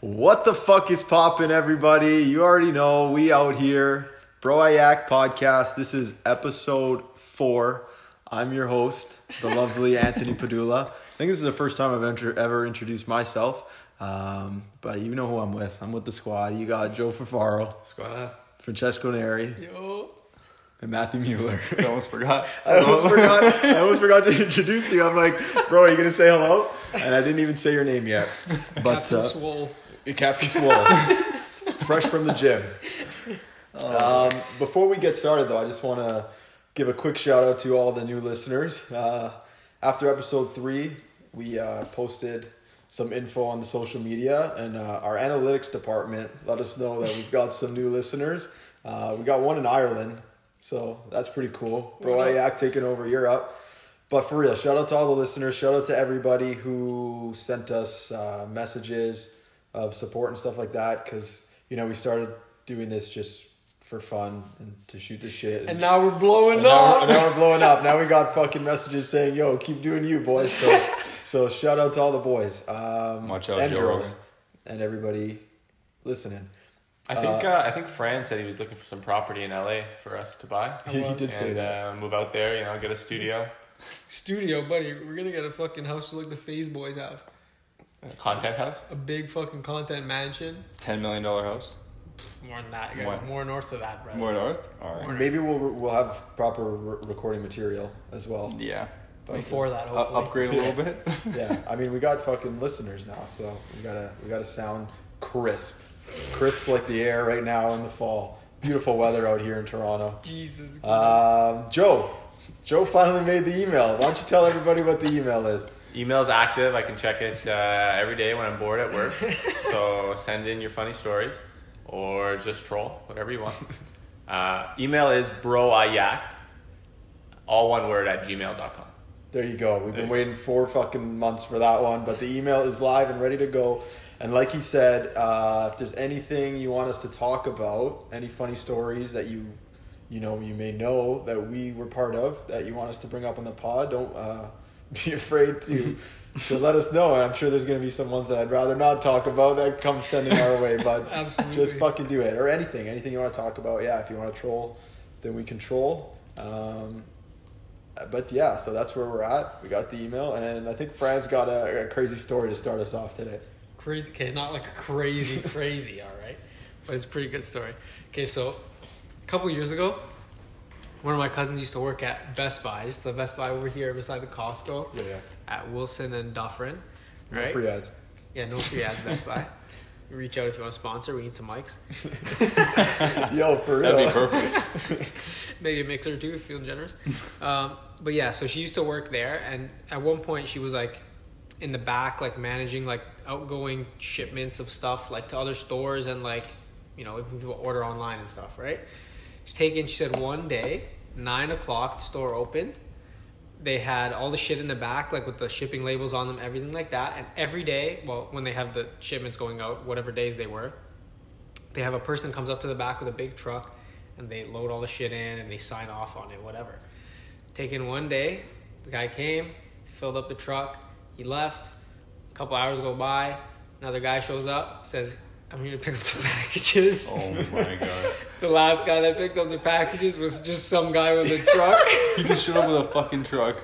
What the fuck is poppin', everybody? You already know we out here, Bro Ayak Podcast. This is episode four. I'm your host, the lovely Anthony Padula. I think this is the first time I've enter- ever introduced myself, um, but you know who I'm with. I'm with the squad. You got Joe Favaro, Squad. Francesco Neri, Yo. and Matthew Mueller. I almost forgot. I almost forgot. I almost forgot to introduce you. I'm like, bro, are you gonna say hello? And I didn't even say your name yet. But Captain uh, Swole. Captain Swole, fresh from the gym. Um, before we get started, though, I just want to give a quick shout out to all the new listeners. Uh, after episode three, we uh, posted some info on the social media, and uh, our analytics department let us know that we've got some new listeners. Uh, we got one in Ireland, so that's pretty cool. Bro Wow. Ayak taking over Europe. But for real, shout out to all the listeners. Shout out to everybody who sent us uh, messages of support and stuff like that. Because you know we started doing this just for fun and to shoot the shit. And now we're blowing And now, up. and now we're blowing up. Now we got fucking messages saying, "Yo, keep doing you, boys." So, so shout out to all the boys. Um, Watch out, and Joe girls, and everybody listening. I think uh, I think Fran said he was looking for some property in LA for us to buy. He, he did say and, that. Uh, move out there, you know, get a studio, Studio, buddy. We're gonna get a fucking house like the Phase Boys have. a content house, A big fucking content mansion. ten million dollar house, More than that. you More. got More north of that, bro. north. All More- Maybe we'll we'll have proper re- recording material as well. yeah, Before that, Uh, hopefully. a little bit. yeah, I mean, we got fucking listeners now, so we gotta we gotta sound crisp, crisp like the air right now in the fall. Beautiful weather out here in Toronto. Jesus. Um, Joe, Joe finally made the email. Why don't you tell everybody what the email is? Email's active. I can check it uh, every day when I'm bored at work. so send in your funny stories or just troll, whatever you want. Uh, email is bro I yacked, all one word at gmail.com. There you go. We've been you waiting four fucking months for that one, but the email is live and ready to go. And like he said, uh, if there's anything you want us to talk about, any funny stories that you, you know, you may know that we were part of that you want us to bring up on the pod, don't uh, be afraid to to let us know. And I'm sure there's gonna be some ones that I'd rather not talk about that come sending our way, but just Absolutely. fucking do it or anything, anything you want to talk about. Yeah, if you want to troll, then we can troll. Um, uh, but yeah, so that's where we're at. We got the email, and I think Fran's got a, a crazy story to start us off today. crazy. Okay, not like a crazy, crazy, all right? But it's a pretty good story. Okay, so a couple years ago, one of my cousins used to work at Best Buy, just the Best Buy over here beside the Costco Yeah, yeah. at Wilson and Dufferin. No Right? free ads. Yeah, no free ads, Best Buy. Reach out if you want to sponsor. We need some mics. Yo, for real. That'd be perfect. Maybe a mixer too, if feeling generous. Um, but yeah, so she used to work there, and at one point she was like in the back, like managing like outgoing shipments of stuff like to other stores and like you know if people order online and stuff, right? She's taking. She said one day, nine o'clock, the store opened. They had all the shit in the back, like with the shipping labels on them, everything like that. And every day, well, when they have the shipments going out, whatever days they were, they have a person comes up to the back with a big truck and they load all the shit in and they sign off on it whatever taken one day the guy came filled up the truck he left a couple hours go by another guy shows up says i'm here to pick up the packages oh my god. the last guy that picked up the packages was just some guy with a truck He just showed up with a fucking truck.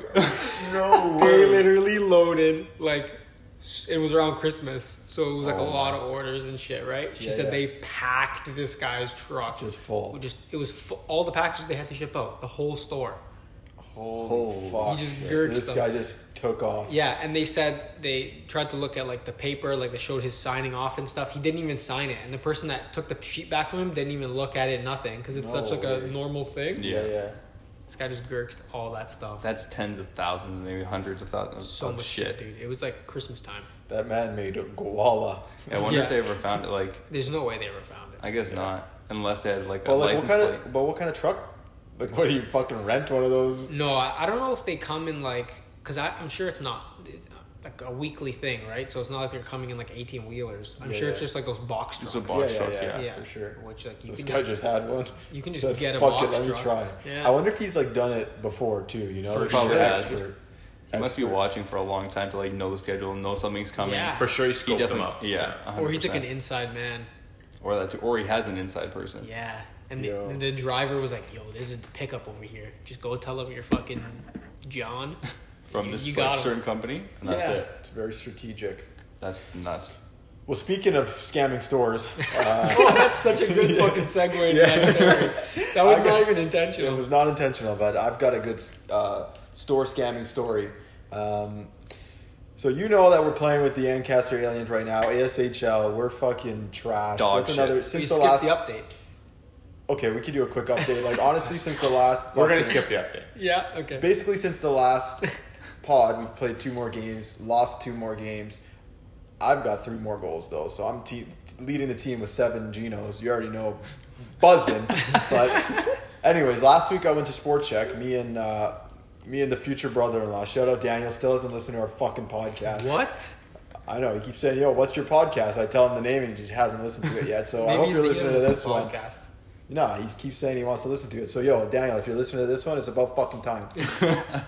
No They way. literally loaded like s- it was around Christmas, so it was like a Oh, lot of orders and shit, right? She Yeah, said yeah. they packed this guy's truck, Just full. Just it was fu- all the packages they had to ship out, the whole store. Oh, Holy fuck. He just Yeah, so gurged this them. guy just took off. Yeah, and they said they tried to look at like the paper, like they showed his signing off and stuff. He didn't even sign it, and the person that took the sheet back from him didn't even look at it, nothing, because it's No such like a way. normal thing. Yeah. yeah. yeah. This guy just gurked all that stuff. That's tens of thousands, maybe hundreds of thousands so of much shit, dude. It was like Christmas time. That man made a koala. I wonder Yeah. if they ever found it. Like, There's no way they ever found it. I guess not, unless they had like a But like, what license kind plate. of? But what kind of truck? Like, what do you fucking rent one of those? No, I, I don't know if they come in like because I'm sure it's not. It's, like a weekly thing, right? So it's not like they're coming in like eighteen wheelers. I'm Yeah, sure yeah. it's just like those box trucks. It's a box yeah, truck, yeah. yeah. for sure. Which like So you this can guy just, just had one. you can just Said, get a Fuck box it, let truck." me try. Yeah. I wonder if he's like done it before too. You know, For He's an sure. expert. He must be Expert. watching for a long time to like know the schedule, know something's coming. Yeah. For sure, he scoped He them definitely, up. yeah. 100%. or he's like an inside man. or that, too, or he has an inside person. Yeah. And the, Yo. and the driver was like, "Yo, there's a pickup over here. Just go tell them you're fucking John." from You this got like, him. certain company, and that's Yeah. it. It's very strategic. That's nuts. Well, speaking of scamming stores, uh, oh, that's such a good fucking segue. into Yeah. That, story. that was I not got- even it intentional. was not intentional, but I've got a good uh, store scamming story. Um, so you know that we're playing with the Ancaster Aliens right now. ASHL, we're fucking trash. Dog That's shit. another We we since skipped the last. the update. okay, we could do a quick update. Like honestly, since the last, We're gonna fucking- skip the update. Yeah. Okay. basically since the last pod, we've played two more games, lost two more games. I've got three more goals though, so I'm te- leading the team with seven Genos. You already know, buzzing. but anyways, last week I went to Sport Check. Me and uh, me and the future brother-in-law. Shout out Daniel. Still doesn't listen to our fucking podcast. What? I know. He keeps saying, "Yo, what's your podcast?" I tell him the name, and he just hasn't listened to it yet. So I hope you're he listening to listens this one. podcast. No, he keeps saying he wants to listen to it. So, yo, Daniel, if you're listening to this one, it's about fucking time.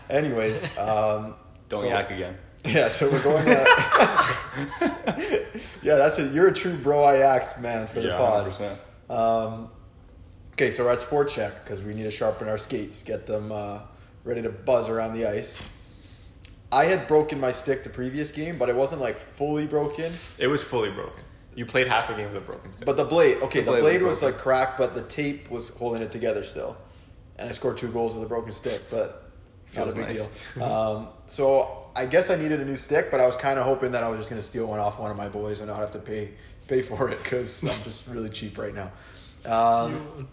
Anyways, um, Don't so- yak again. Yeah, so we're going. To, yeah, that's it. You're a true bro. I act man for the Yeah, pod. 100%. Um, okay, so we're at sport check because we need to sharpen our skates, get them uh, ready to buzz around the ice. I had broken my stick the previous game, but it wasn't like fully broken. It was fully broken. You played half the game with a broken stick. But the blade, okay, the, blade blade, was was like cracked, but the tape was holding it together still. And I scored two goals with a broken stick, but not a Feels big nice. deal. Um, so I guess I needed a new stick, but I was kind of hoping that I was just going to steal one off one of my boys and not have to pay pay for it because I'm just really cheap right now. Um,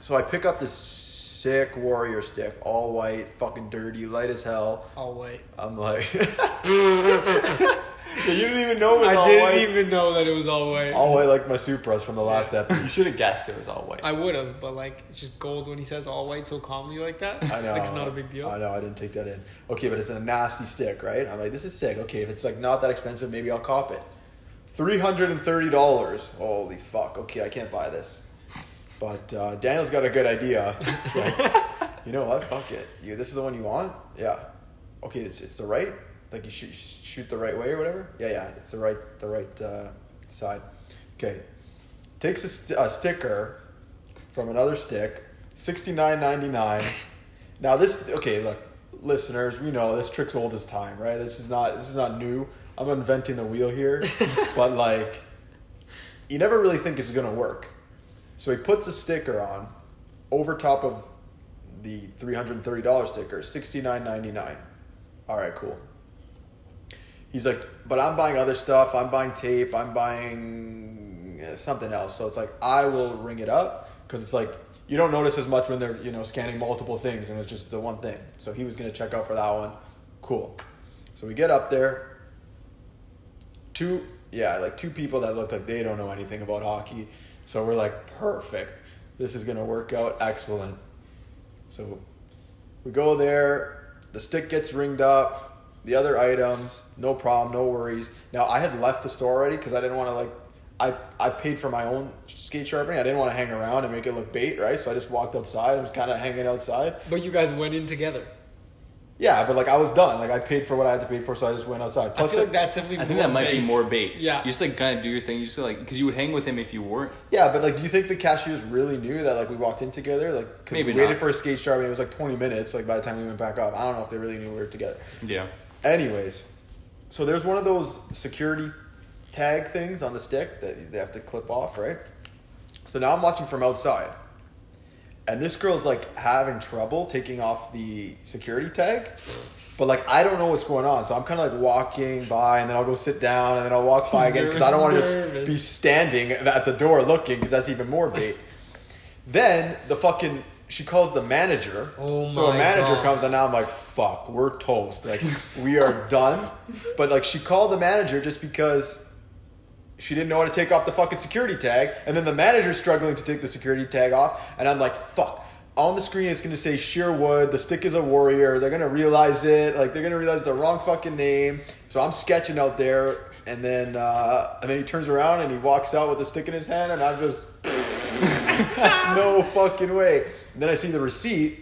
so I pick up this sick warrior stick, all white, fucking dirty, light as hell. I'll wait. I'm like, you didn't even know it was I all didn't white. even know that it was all white. all white like my Supras from the last step. You should have guessed it was all white. I would have, but like it's just gold when he says all white so calmly like that. I know. Like it's not a big deal. I know. I didn't take that in. Okay, but it's a nasty stick, right? I'm like, this is sick. Okay, if it's like not that expensive, maybe I'll cop it. Three hundred and thirty dollars. Holy fuck. Okay, I can't buy this. But uh, Daniel's got a good idea. He's like, you know what? Fuck it. You, this is the one you want? Yeah. Okay, it's, it's the right. Like you shoot, shoot the right way or whatever. Yeah, yeah. It's the right the right uh, side. Okay. Takes a, st- a sticker from another stick. Sixty nine ninety nine. Now this okay. Look, listeners, we know this trick's old as time, right? This is not this is not new. I'm inventing the wheel here, but like, you never really think it's gonna work. So he puts a sticker on over top of the three hundred and thirty dollars sticker, sixty nine ninety nine. All right, cool. He's like, but I'm buying other stuff. I'm buying tape. I'm buying uh, something else. So it's like I will ring it up because it's like you don't notice as much when they're you know scanning multiple things and it's just the one thing. So he was gonna check out for that one. Cool. So we get up there two yeah like two people that look like they don't know anything about hockey so we're like perfect this is going to work out excellent so we go there the stick gets ringed up the other items no problem no worries now i had left the store already because i didn't want to like I, I paid for my own skate sharpening. I didn't want to hang around and make it look bait, right? So I just walked outside. I was kind of hanging outside. But you guys went in together. Yeah, but like I was done. Like I paid for what I had to pay for, so I just went outside. I feel like that's definitely. I think that might be bait. more bait. Yeah. You just like kind of do your thing. You just like because you would hang with him if you weren't. Yeah, but like, do you think the cashiers really knew that like we walked in together? Like, cause Maybe we waited not. for a skate sharp and it was like twenty minutes. Like by the time we went back up, I don't know if they really knew we were together. Yeah. Anyways, so there's one of those security tag things on the stick that they have to clip off, right? So now I'm watching from outside, and this girl's like having trouble taking off the security tag. But like I don't know what's going on, so I'm kind of like walking by, and then I'll go sit down, and then I'll walk by He's again because nervous, I don't want to nervous. just be standing at the door looking because that's even more bait. then the fucking she calls the manager. Oh so a my manager God. comes and now I'm like, fuck, we're toast. Like we are done. But like she called the manager just because she didn't know how to take off the fucking security tag, and then the manager's struggling to take the security tag off, and I'm like, fuck. on the screen it's gonna say Sherwood. The stick is a warrior. They're gonna realize it. Like they're gonna realize the wrong fucking name. So I'm sketching out there, and then uh, and then he turns around and he walks out with the stick in his hand, and I'm just no fucking way. And then I see the receipt,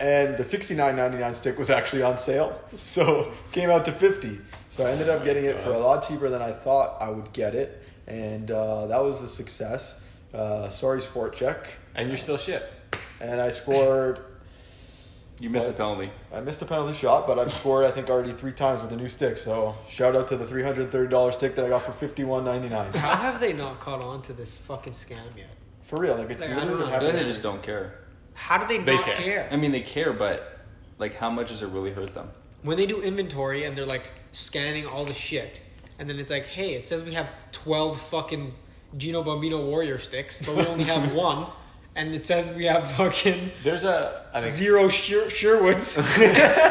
and the sixty nine ninety nine stick was actually on sale, so came out to fifty. So I ended Oh up getting it for a lot cheaper than I thought I would get it, and uh, that was a success. Uh, sorry, sport check, And you're still shit. and I scored. You missed What? the penalty. I missed a penalty shot, but I've scored I think already three times with the new stick. So shout out to the three hundred thirty dollars stick that I got for fifty one ninety nine. How have they not caught on to this fucking scam yet? For real, like it's Like, I don't literally know. been I feel happening. like they just don't care. How do they, They not care. care? I mean, they care, but like, how much does it really hurt them? when they do inventory and they're like scanning all the shit, and then it's like, hey, it says we have twelve fucking Gino Bambino Warrior sticks, but we only have one, and it says we have fucking There's a an ex- zero Sher- Sherwoods, and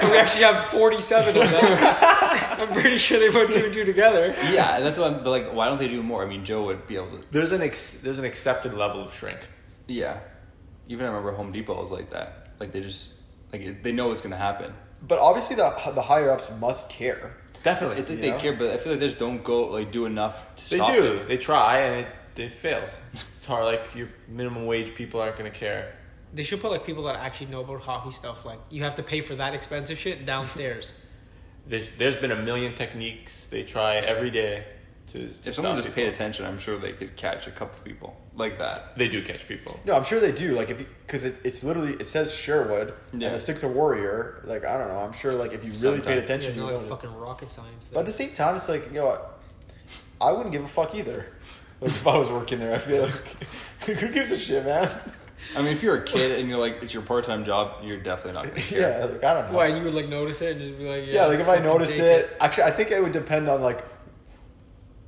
we actually have forty-seven of them. I'm pretty sure they put two and two together. Yeah, that's why. I'm, but like, why don't they do more? I mean, Joe would be able to. There's an ex, there's an accepted level of shrink. Yeah, even I remember Home Depot was like that. Like they just like it- they know what's gonna happen. But obviously, the the higher ups must care. Definitely, It's like Yeah. they care, but I feel like they just don't go like do enough to they stop do. it. They try and it it fails. It's hard. Like your minimum wage people aren't gonna care. They should put like people that actually know about hockey stuff. Like you have to pay for that expensive shit downstairs. There's, there's been a million techniques they try every day to. to If stop someone just people. paid attention, I'm sure they could catch a couple people like that. they do catch people. No, I'm sure they do. Like if because it, it's literally it says Sherwood Yeah. and the stick's a warrior. Like I don't know. I'm sure like if you really paid Sometimes. Yeah, attention, not you like know. fucking rocket science. But at the same time, it's like yo, I, I wouldn't give a fuck either. Like if I was working there, I feel like who gives a shit, man? I mean, if you're a kid and you're like it's your part time job, you're definitely not gonna care. Yeah, like I don't know. Why you would like notice it and just be like, yeah, Yeah, like if I fucking notice take it, actually, I think it would depend on like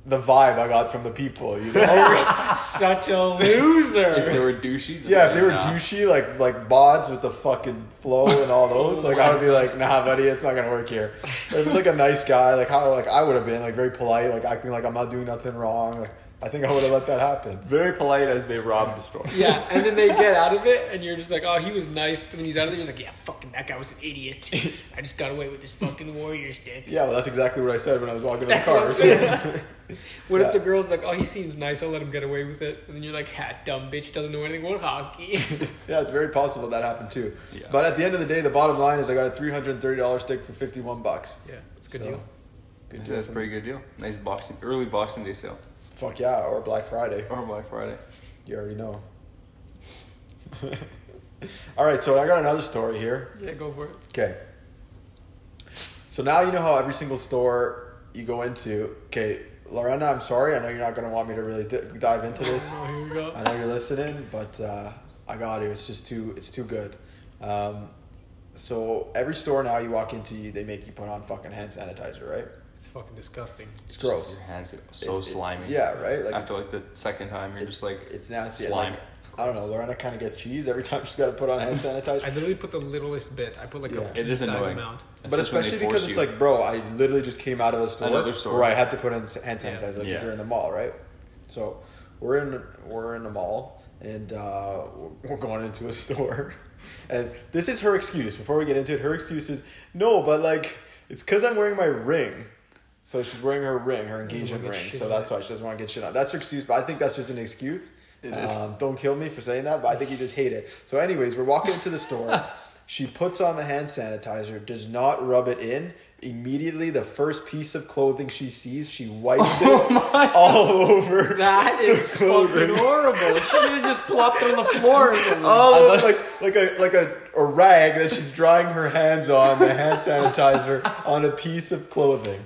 the vibe I got from the people. You know? such a loser. If they were douchey, then yeah, if they were nah. douchey, like like bods with the fucking flow and all those, like I would be like, nah, buddy, it's not gonna work here. If it was like a nice guy, like how like I would have been, like very polite, like acting like I'm not doing nothing wrong. Like I think I would have let that happen. Very polite as they rob the store. Yeah, and then they get out of it, and you're just like, oh, he was nice, but then he's out of there. He's like, yeah, fucking that guy was an idiot. I just got away with this fucking Warriors dick. Yeah, well, that's exactly what I said when I was walking in the That's what car. I'm so- saying. What Yeah. if the girl's like, oh, he seems nice, I'll let him get away with it, and then you're like, ha, dumb bitch doesn't know anything about hockey. yeah, it's very possible that happened too. Yeah. But at the end of the day, the bottom line is I got a three hundred and thirty dollars stick for fifty one bucks. yeah, it's a good So, deal. Good Yeah, deal. that's a pretty good deal. Nice boxing, early Boxing Day sale Fuck yeah, or Black Friday. or Black Friday. You already know. All right, so I got another story here. Yeah, go for it. Okay. So now you know how every single store you go into. Okay, Lorena, I'm sorry. I know you're not going to want me to really d- dive into this. Oh, here we go. I know you're listening, but uh, I got to. It's just too. It's too good. Um, so every store now you walk into, they make you put on fucking hand sanitizer, right? It's fucking disgusting. It's gross. Your hands get so It's- it- slimy. yeah, right? Like After like the second time, you're just like It's nasty. slime. Like, I don't know. Lorena kind of gets cheese every time she's got to put on hand sanitizer. I literally put the littlest bit. I put like Yeah. a It is size annoying. amount. But when they especially force because it's you. like, bro, I literally just came out of a store, Another store. where I had to put in s- hand sanitizer. Like Yeah. if you're in the mall, right? So we're in we're in the mall and uh, we're- we're going into a store, and this is her excuse. Before we get into it, her excuse is no, but like it's because I'm wearing my ring. So she's wearing her ring, her engagement get ring. shit So on that's it. why she doesn't want to get shit on. That's her excuse, but I think that's just an excuse. It is. Um, don't kill me for saying that, but I think you just hate it. So, anyways, we're walking into the store. she puts on the hand sanitizer, does not rub it in. Immediately, the first piece of clothing she sees, she wipes Oh it all over. That is fucking horrible. She should have just plopped it on the floor. or something. all over, like like a like a, a rag that she's drying her hands on the hand sanitizer on a piece of clothing.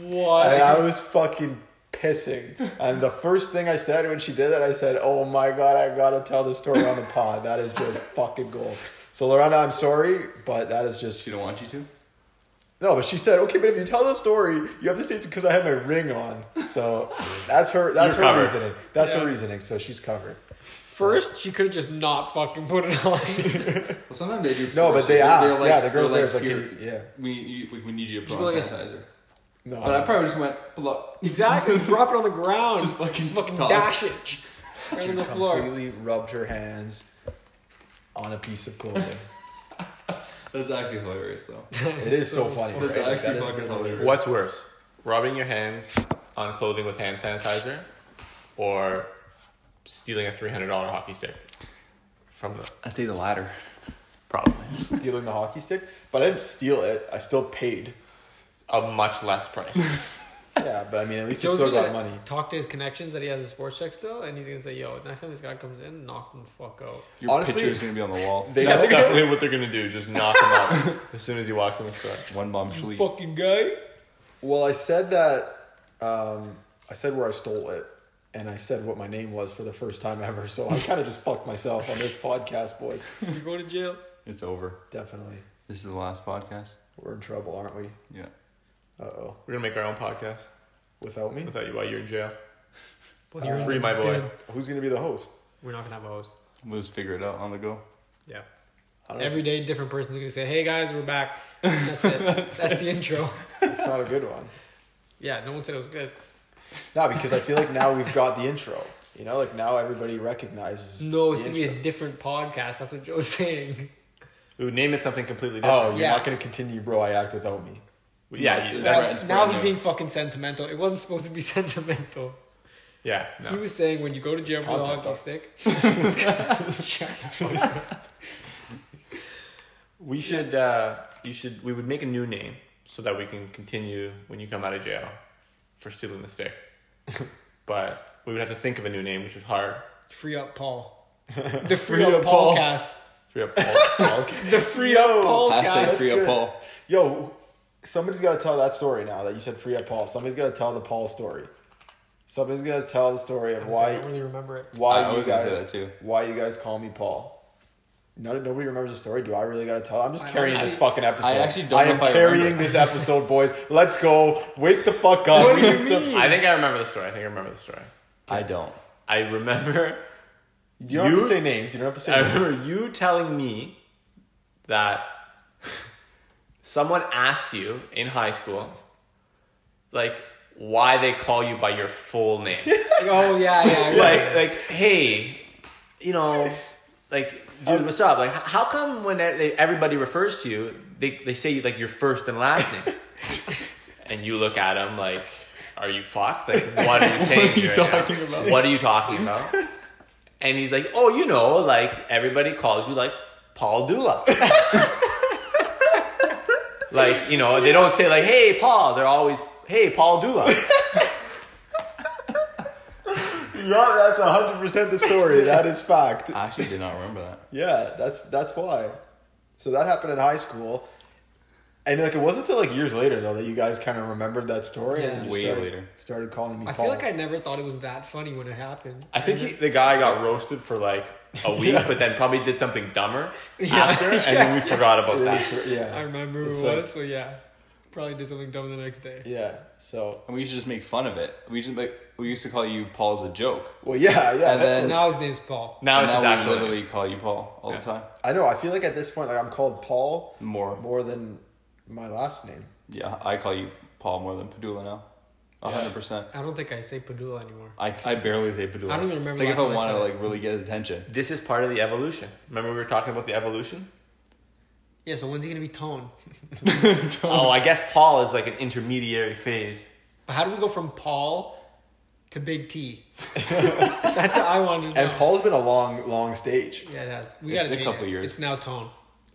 what? And I was fucking pissing. And the first thing I said when she did it, I said, "Oh my god, I gotta tell the story on the pod. That is just fucking gold." So, Lorena, I'm sorry, but that is just she don't want you to. no. But she said, "Okay, but if you tell the story, you have to say it's because I had my ring on." So that's her. That's You're her covered. reasoning. That's her Yeah. reasoning. So she's covered. First, she could have just not fucking put it on. Well, sometimes they do. No, force but they it. They're asked. Yeah, the they're girls there was like, "Here, "Can you-" yeah. we, you, we- we need you to put Just on go like sanitizer. No, But I probably just went blah. exactly. Drop it on the ground. Just fucking fucking toss. dash it. Right on the floor. completely rubbed her hands on a piece of clothing. That's actually hilarious, though. it is so funny. That's right? Like, actually that is fucking literally- hilarious. What's worse, rubbing your hands on clothing with hand sanitizer, or stealing a three hundred dollar hockey stick from the I'd say the latter. probably Stealing the hockey stick, but I didn't steal it. I still paid. a much less price. Yeah, but I mean, at least I Joe's still got gonna money. Talk to his connections that he has a sports check still, and he's gonna say, "Yo, next time this guy comes in, knock him the fuck out." Your Honestly, picture's gonna be on the wall. They That's know- definitely what they're gonna do. Just knock him out as soon as he walks in the store. One bomb sleep. Fucking guy. Well, I said that. Um, I said where I stole it, and I said what my name was for the first time ever. So I kind of just fucked myself on this podcast, boys. You go to jail. It's over. Definitely, This is the last podcast. we're in trouble, aren't we? Yeah. Uh oh. We're gonna make our own podcast Without me, without you while you're in jail. Well, Uh, you're Free my boy. good. who's gonna be the host? We're not gonna have a host. We'll just figure it out on the go. Yeah. I don't Every day, different person's gonna say, "Hey guys, we're back." That's it. That's the intro. know. It's not a good one. Yeah, no one said it was good. No, because I feel like now we've got the intro. You know, like now everybody recognizes. No, the it's gonna be intro. a different podcast. That's what Joe's saying. We would name it something completely Oh, different. you're Yeah. not gonna continue, bro. I act without me. yeah, you- Yeah. that's, it's now brand he's new. being fucking sentimental. It wasn't supposed to be sentimental. yeah. He No. was saying when you go to jail It's for the content, hockey though. stick. We should. Uh, you should. We would make a new name so that we can continue when you come out of jail for stealing the stick. but we would have to think of a new name, which was hard. Free up Paul. The free, Free up Up Paul. Paul cast. Free up Paul. The free up Paul Hashtag that's cast. free good. up Paul. Yo, somebody's got to tell that story now that you said free up Paul. Somebody's got to tell the Paul story. Somebody's got to tell the story of I why don't really remember it. why I you always gonna say that guys too. why you guys call me Paul. None, nobody remembers the story. Do I really got to tell? I'm just I carrying honestly- this fucking episode. I actually don't I know am if I carrying remember. this episode, boys. Let's go. Wake the fuck up. What we do you need some. mean? I think I remember the story. I think I remember the story. I don't. I remember. You don't have You- to say names. You don't have to say I names. remember you telling me that someone asked you in high school, like, why they call you by your full name. Oh yeah, yeah. yeah. like like hey you know like dude what's up like h- how come when e- they- everybody refers to you they, they say like your first and last name and you look at them like are you fucked like what are you saying are you right now? talking about? what are you talking about and he's like oh you know like everybody calls you like paul dula like you know they don't say like hey paul they're always hey paul dula Yeah, that's 100 percent the story. that is fact. I actually did not remember that. Yeah, that's that's why. So that happened in high school, and like it wasn't until like years later though that you guys kind of remembered that story and Yeah. then just Way started, later. started calling me. I Paul. feel like I never thought it was that funny when it happened. I think he, the guy got roasted for like a week, but then probably did something dumber after, and then we forgot about that. yeah, I remember who it It's was, like- so yeah. Probably did something dumb the next day. yeah. So And we used to just make fun of it. We used to like we used to call you Paul's a joke. well, yeah, yeah. And that then- was- Now his name's Paul. Now and it's his now we actual literally call you Paul all Yeah. the time. I know. I feel like at this point, like I'm called Paul More. more than my last name. Yeah, I call you Paul more than Padula now. A hundred percent. I don't think I say Padula anymore. I, I barely say Padula. I don't even remember It's like if last I time I want to said it. like really get his attention. This is part of the evolution. Remember we were talking about the evolution? Yeah, so when's he gonna be Tone? Oh, I guess Paul is like an intermediary phase. But how do we go from Paul to Big T? That's what I wanted to And know. Paul's been a long, long stage. yeah, it has. We It's gotta a change couple it. years. It's now Tone.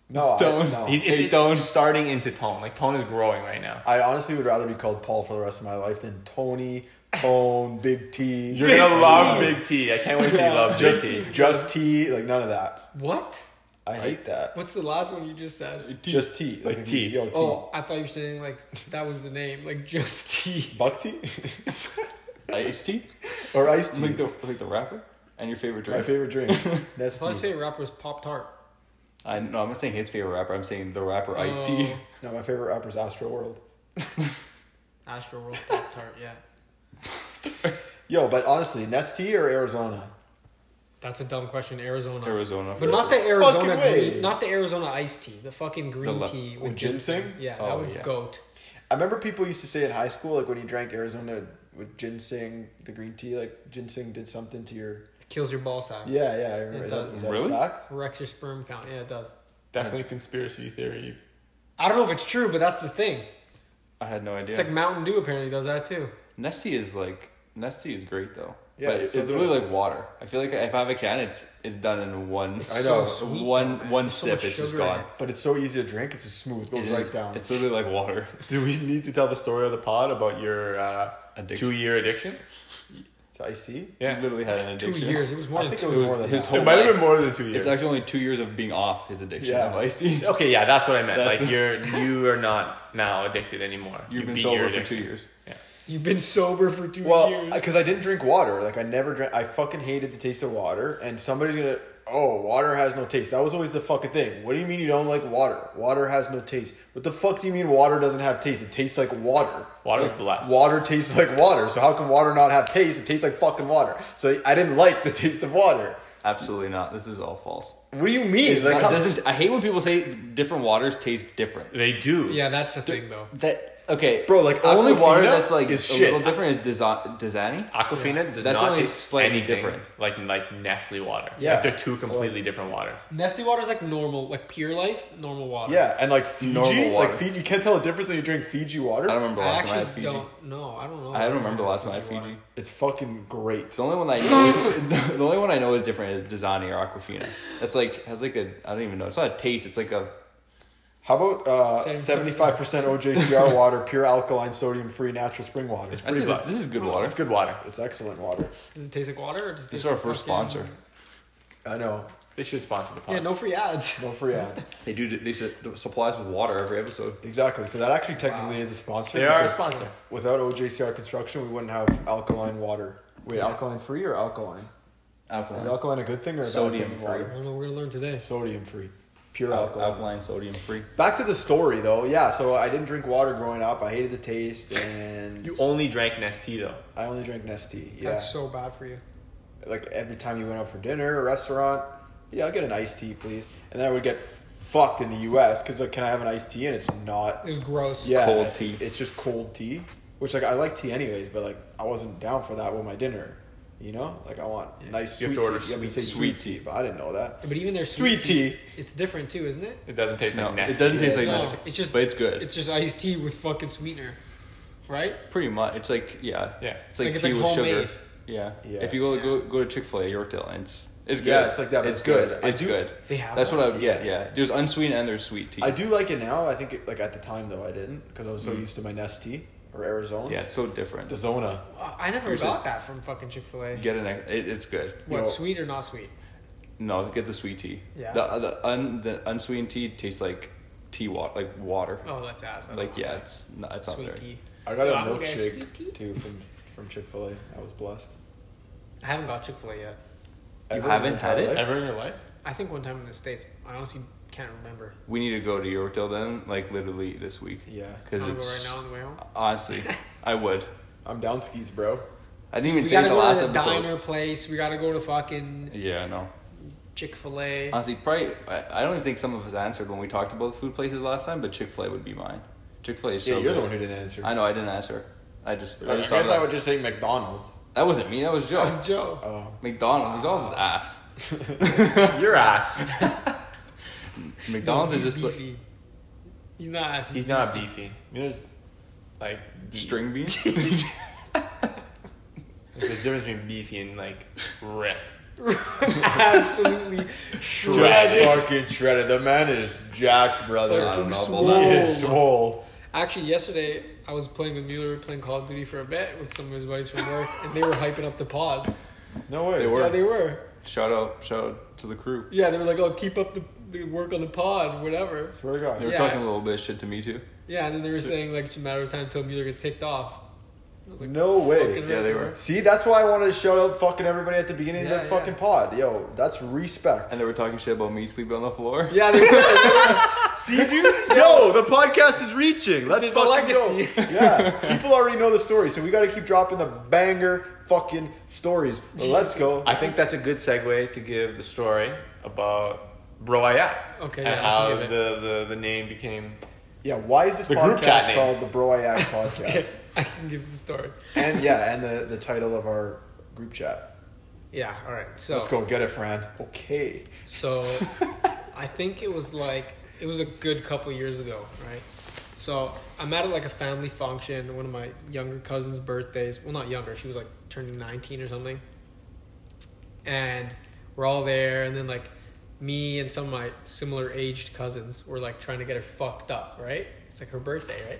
No, I, Don't. no. He's Hey, it's Tone. starting into tone. Like tone is growing right now. I honestly would rather be called Paul for the rest of my life than Tony, Tone, Big T. You're Big gonna T. love Big T. Oh, I can't wait till you love Big just T. just T. Like none of that. What? I hate that. What's the last one you just said? Just T. Like, Like if you T. yell T. Oh, I thought you were saying like that was the name, like just T. Buck tea Ice tea? or iced tea. Like the like the rapper? And your favorite My drink? favorite drink. That's Paul's tea. favorite rapper was Pop Tart. I no, I'm not saying his favorite rapper, I'm saying the rapper Ice Tea. Oh, No, my favorite rapper is Astro World. Astro World Pop Tart. Yeah, Yo, but honestly, Nestea or Arizona? that's a dumb question. Arizona. Arizona. Oh. But not the Arizona, Fucking way. green, not the Arizona iced tea, the fucking green le- tea With ginseng? Yeah, that Oh, one's yeah. goat. I remember people used to say in high school, like when you drank Arizona with ginseng, the green tea, like ginseng did something to your kills your ball sack. Yeah, yeah, I remember. It Is that, does. is that Really? a fact? Wrecks your sperm count. Yeah, it does. Definitely conspiracy theory. I don't know if it's true, but that's the thing. I had no idea. It's like Mountain Dew apparently does that too. Nesty is like Nesty is great though. Yeah, but it's it's, so literally good. like water. I feel like if I have a can, it's it's done in one. I know. So sweet, one though, man. one There's so sip, much it's just sugar in gone. it. But it's so easy to drink. It's just smooth. Goes It right is- down. It's literally like water. Do we need to tell the story of the pod about your uh, Addiction. two-year addiction? It's iced tea. He literally had an Two addiction. years. It was more I than think two. it was It more was than his that. whole It might have life. been more than two years. It's actually only two years of being off his addiction Yeah. of iced tea. okay, yeah, that's what I meant. That's- like you're you are not now addicted anymore. You've You been beat sober your for two addiction. years. You've been sober for two Well, years. because I didn't drink water. Like I never drank. I fucking hated the taste of water. And somebody's gonna. Oh, water has no taste. That was always the fucking thing. What do you mean you don't like water? Water has no taste. What the fuck do you mean water doesn't have taste? It tastes like water. Water's Like, blessed. Water tastes like water. So how can water not have taste? It tastes like fucking water. So I didn't like the taste of water. Absolutely not. This is all false. What do you mean? Like It how- doesn't. I hate when people say different waters taste different. They do. yeah, that's the thing though. That okay, Bro, like, the only water Aquafina that's like is a shit. little different is Dizan- Dizani. Aquafina does That's not only taste slightly anything different. Like like Nestle water. Yeah. Like, they're two completely different waters. Nesty water is like normal, like pure life, normal water. yeah, and like Fiji, Normal water. like Fiji, you can't tell a difference when you drink Fiji I don't water. remember the I last time I actually had Fiji. don't know. I don't know. I don't remember the last time I had water. Fiji. It's fucking great. The only one I know is, the only one I know is different is Dasani or Aquafina. That's like has like a I don't even know. It's not a taste. It's like a How about uh, Same. seventy-five percent OJCR water, pure alkaline, sodium-free, natural spring water? I Pretty say this, much. this is good water. It's good water. It's excellent water. Does it taste like water? Or does it This taste is our like first fucking- sponsor. I know. They should sponsor the pod. Yeah, no free ads. No free ads. They do they su- supply us with water every episode. exactly. So that actually technically is a sponsor. They are a because sponsor. Without OJCR construction, we wouldn't have alkaline water. Wait, alkaline-free or alkaline? Is Alkaline, alkaline a good thing or a bad thing in Sodium-free. I water? don't know. We're gonna learn today. Sodium-free, pure alkaline. alkaline sodium free. Back to the story though. Yeah, so I didn't drink water growing up. I hated the taste, and You only drank Nestea though. I only drank Nestea. Yeah, That's so bad for you. like every time you went out for dinner or restaurant, yeah, I'll get an iced tea, please. And then I would get fucked in the U.S. because like, can I have an iced tea? And it's not. It was gross. Yeah, Cold tea. It's just cold tea, which like I like tea anyways, but like I wasn't down for that with my dinner. You know, like I want nice You have sweet to order tea. You have to sweet- say sweet sweet tea, but I didn't know that. But even their Sweet tea. it's different too, isn't it? It doesn't taste No, like Nestle. it doesn't taste like No, Nestle. it's just- but it's good. It's just iced tea with fucking sweetener, right? Pretty much, it's like yeah, Yeah. It's like Like, it's tea like with homemade. sugar. Yeah. Yeah. If you go go go to Chick Fil A Yorkdale, and it's it's good. Yeah, it's like that, but it's good. I It's do- good. They have That's that? what I would get. Yeah. Yeah. There's unsweetened and there's sweet tea. I do like it now. I think it, like at the time though I didn't because I was so used to my Nestea or Arizona. yeah, it's so different. The Zona. I I never Here's got a- that from fucking Chick Fil A. Get an ex- it, it's good. What Yo. sweet or not sweet? No, get the sweet tea. Yeah. The uh, the, un, the unsweetened tea tastes like tea water, like water. Oh, that's ass. I don't Like want yeah, that. it's not, it's not sweet there. tea. I got Yo, a I'm gonna get milkshake sweet tea. too from from Chick Fil A. I was blessed. I haven't got Chick Fil A yet. You haven't had it? Ever in your life? I think one time in the states. I honestly can't remember. We need to go to Yorkdale then, like literally this week. Yeah, Because I'm gonna go right it's now on the way home. honestly, I would. I'm down skis, bro. I didn't even We say it gotta the go last to the episode. diner place. We gotta go to fucking Yeah, I know. Chick Fil A. Honestly, probably I I don't think some of us answered when we talked about the food places last time, but Chick Fil A would be mine. Chick Fil A is Yeah, so. you're the good. one who didn't answer. I know I didn't answer. I just. I, I just guess thought I would that. just say McDonald's. that wasn't me. That was Joe. How's Joe? uh, Oh, McDonald's. McDonald's is ass. Your ass. McDonald's No, is he's just like beefy. He's not ass. He's not beefy. I mean, there's like beef. string beans. There's a difference between beefy and like ripped. Absolutely shredded. shredded. Just fucking shredded. The man is jacked, brother. I don't know about He that. is swole. Actually, yesterday I was playing with Mueller, playing Call of Duty for a bit with some of his buddies from work, and they were hyping up the pod. No way. They were. Yeah, they were. shout out, shout out to the crew. Yeah, they were like, "Oh, keep up the, the work on the pod, whatever." Swear to God. They were Yeah. talking a little bit of shit to me too. Yeah, and then they were saying like it's a matter of time until Mueller gets kicked off. I was like, No way. fucking Yeah, they were. See, that's why I wanted to shout out fucking everybody at the beginning Yeah, of the yeah. fucking pod. Yo, that's respect. And they were talking shit about me sleeping on the floor. Yeah, they were. See, dude? Yo, the podcast is reaching. Let's It's a fucking legacy. go. Yeah, people already know the story, so we got to keep dropping the banger fucking stories. Let's go. I think that's a good segue to give the story about Bro I Act. Okay, And yeah, I how can the, give the, the name became. Yeah, why is this The group chat podcast name. called the Bro I Act Podcast? I can give the story. and yeah, and the, the title of our group chat. Yeah. All right. So Let's go get it, Fran. Okay. So I think it was like it was a good couple years ago, right? So I'm at like a family function, one of my younger cousins' birthdays. Well, not younger. She was like turning 19 or something. And we're all there, and then like me and some of my similar aged cousins were like trying to get her fucked up, right? It's like her birthday, right?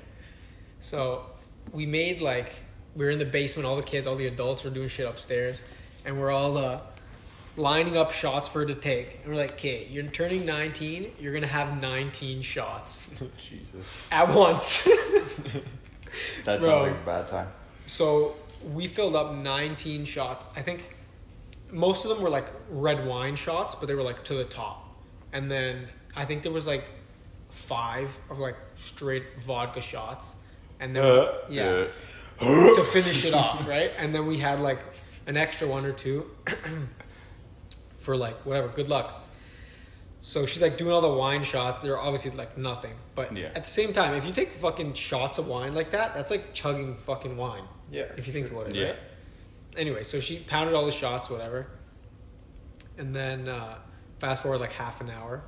So we made like we were in the basement. All the kids, all the adults were doing shit upstairs, and we're all uh, lining up shots for her to take. And we're like, "Okay, you're turning 19. You're gonna have 19 shots Jesus. at once." That Bro. sounds like a bad time. so we filled up 19 shots. I think most of them were like red wine shots, but they were like to the top. And then I think there was like five of like straight vodka shots. And then yeah. uh, to finish it off, right? And then we had like an extra one or two for like whatever, good luck. So she's like doing all the wine shots. They're obviously like nothing. But Yeah. at the same time, if you take fucking shots of wine like that, that's like chugging fucking wine. Yeah, If you think about it, Yeah. right? Anyway, so she pounded all the shots, whatever. And then uh, fast forward like half an hour,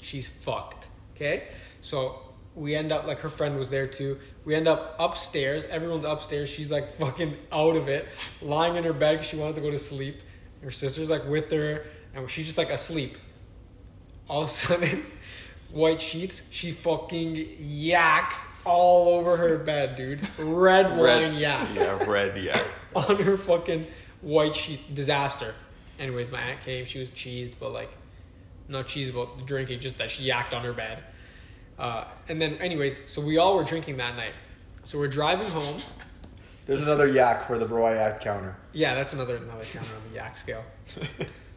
she's fucked. Okay, so we end up like her friend was there too. We end up upstairs. Everyone's upstairs. She's like fucking out of it, lying in her bed 'cause she wanted to go to sleep. Her sister's like with her, and she's just like asleep. All of a sudden, white sheets. She fucking yaks all over her bed, dude. Red wine yak Yeah, red yak. on her fucking white sheets. Disaster. Anyways, my aunt came. She was cheesed, but like, not cheesed about the drinking, just that she yacked on her bed. Uh, and then, anyways, so we all were drinking that night. So we're driving home. There's another yak for the bro yak counter. Yeah, that's another another counter on the yak scale.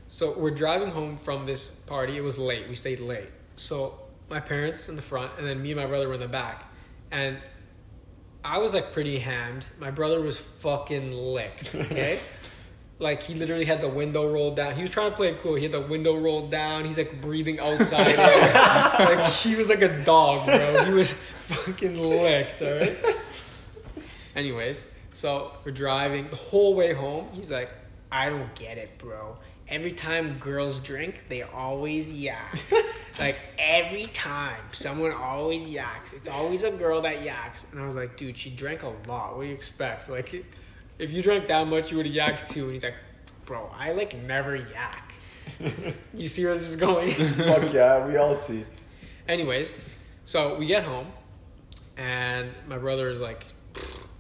so we're driving home from this party. It was late. We stayed late. So my parents in the front, and then me and my brother were in the back. And I was like pretty hammed. My brother was fucking licked. Okay. Like he literally had the window rolled down. He was trying to play it cool. He had the window rolled down. He's like breathing outside. like he was like a dog, bro. He was fucking licked. All right. Anyways, so we're driving the whole way home. He's like, I don't get it, bro. Every time girls drink, they always yak. like every time, someone always yaks. It's always a girl that yaks. And I was like, dude, she drank a lot. What do you expect? Like, if you drank that much, you would have yacked too. And he's like, bro, I like never yak. you see where this is going? Fuck yeah, we all see. Anyways, so we get home, and my brother is like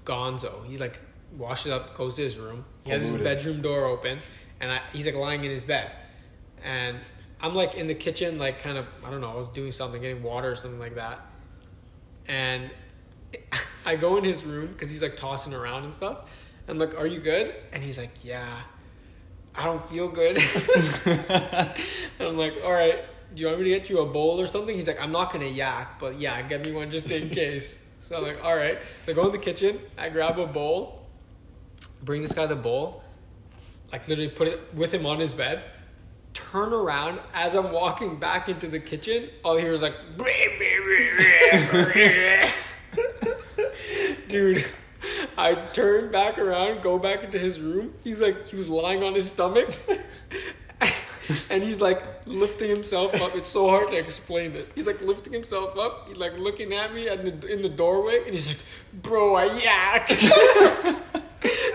gonzo. He like washes up, goes to his room. He has his Polluted. bedroom door open, and I, he's like lying in his bed. And I'm like in the kitchen, like kind of, I don't know, I was doing something, getting water or something like that. And I go in his room because he's like tossing around and stuff. I'm like, Are you good? And he's like, Yeah, I don't feel good. And I'm like, all right, do you want me to get you a bowl or something? He's like, I'm not gonna yak, but yeah, get me one just in case. So I'm like, all right. So I go in the kitchen, I grab a bowl, bring this guy the bowl, like literally put it with him on his bed, turn around as I'm walking back into the kitchen, all I hear is like Dude, I turn back around, go back into his room. He's like, he was lying on his stomach. and he's like lifting himself up. It's so hard to explain this. He's like lifting himself up, he's like looking at me at the, in the doorway, and he's like, Bro, I yacked.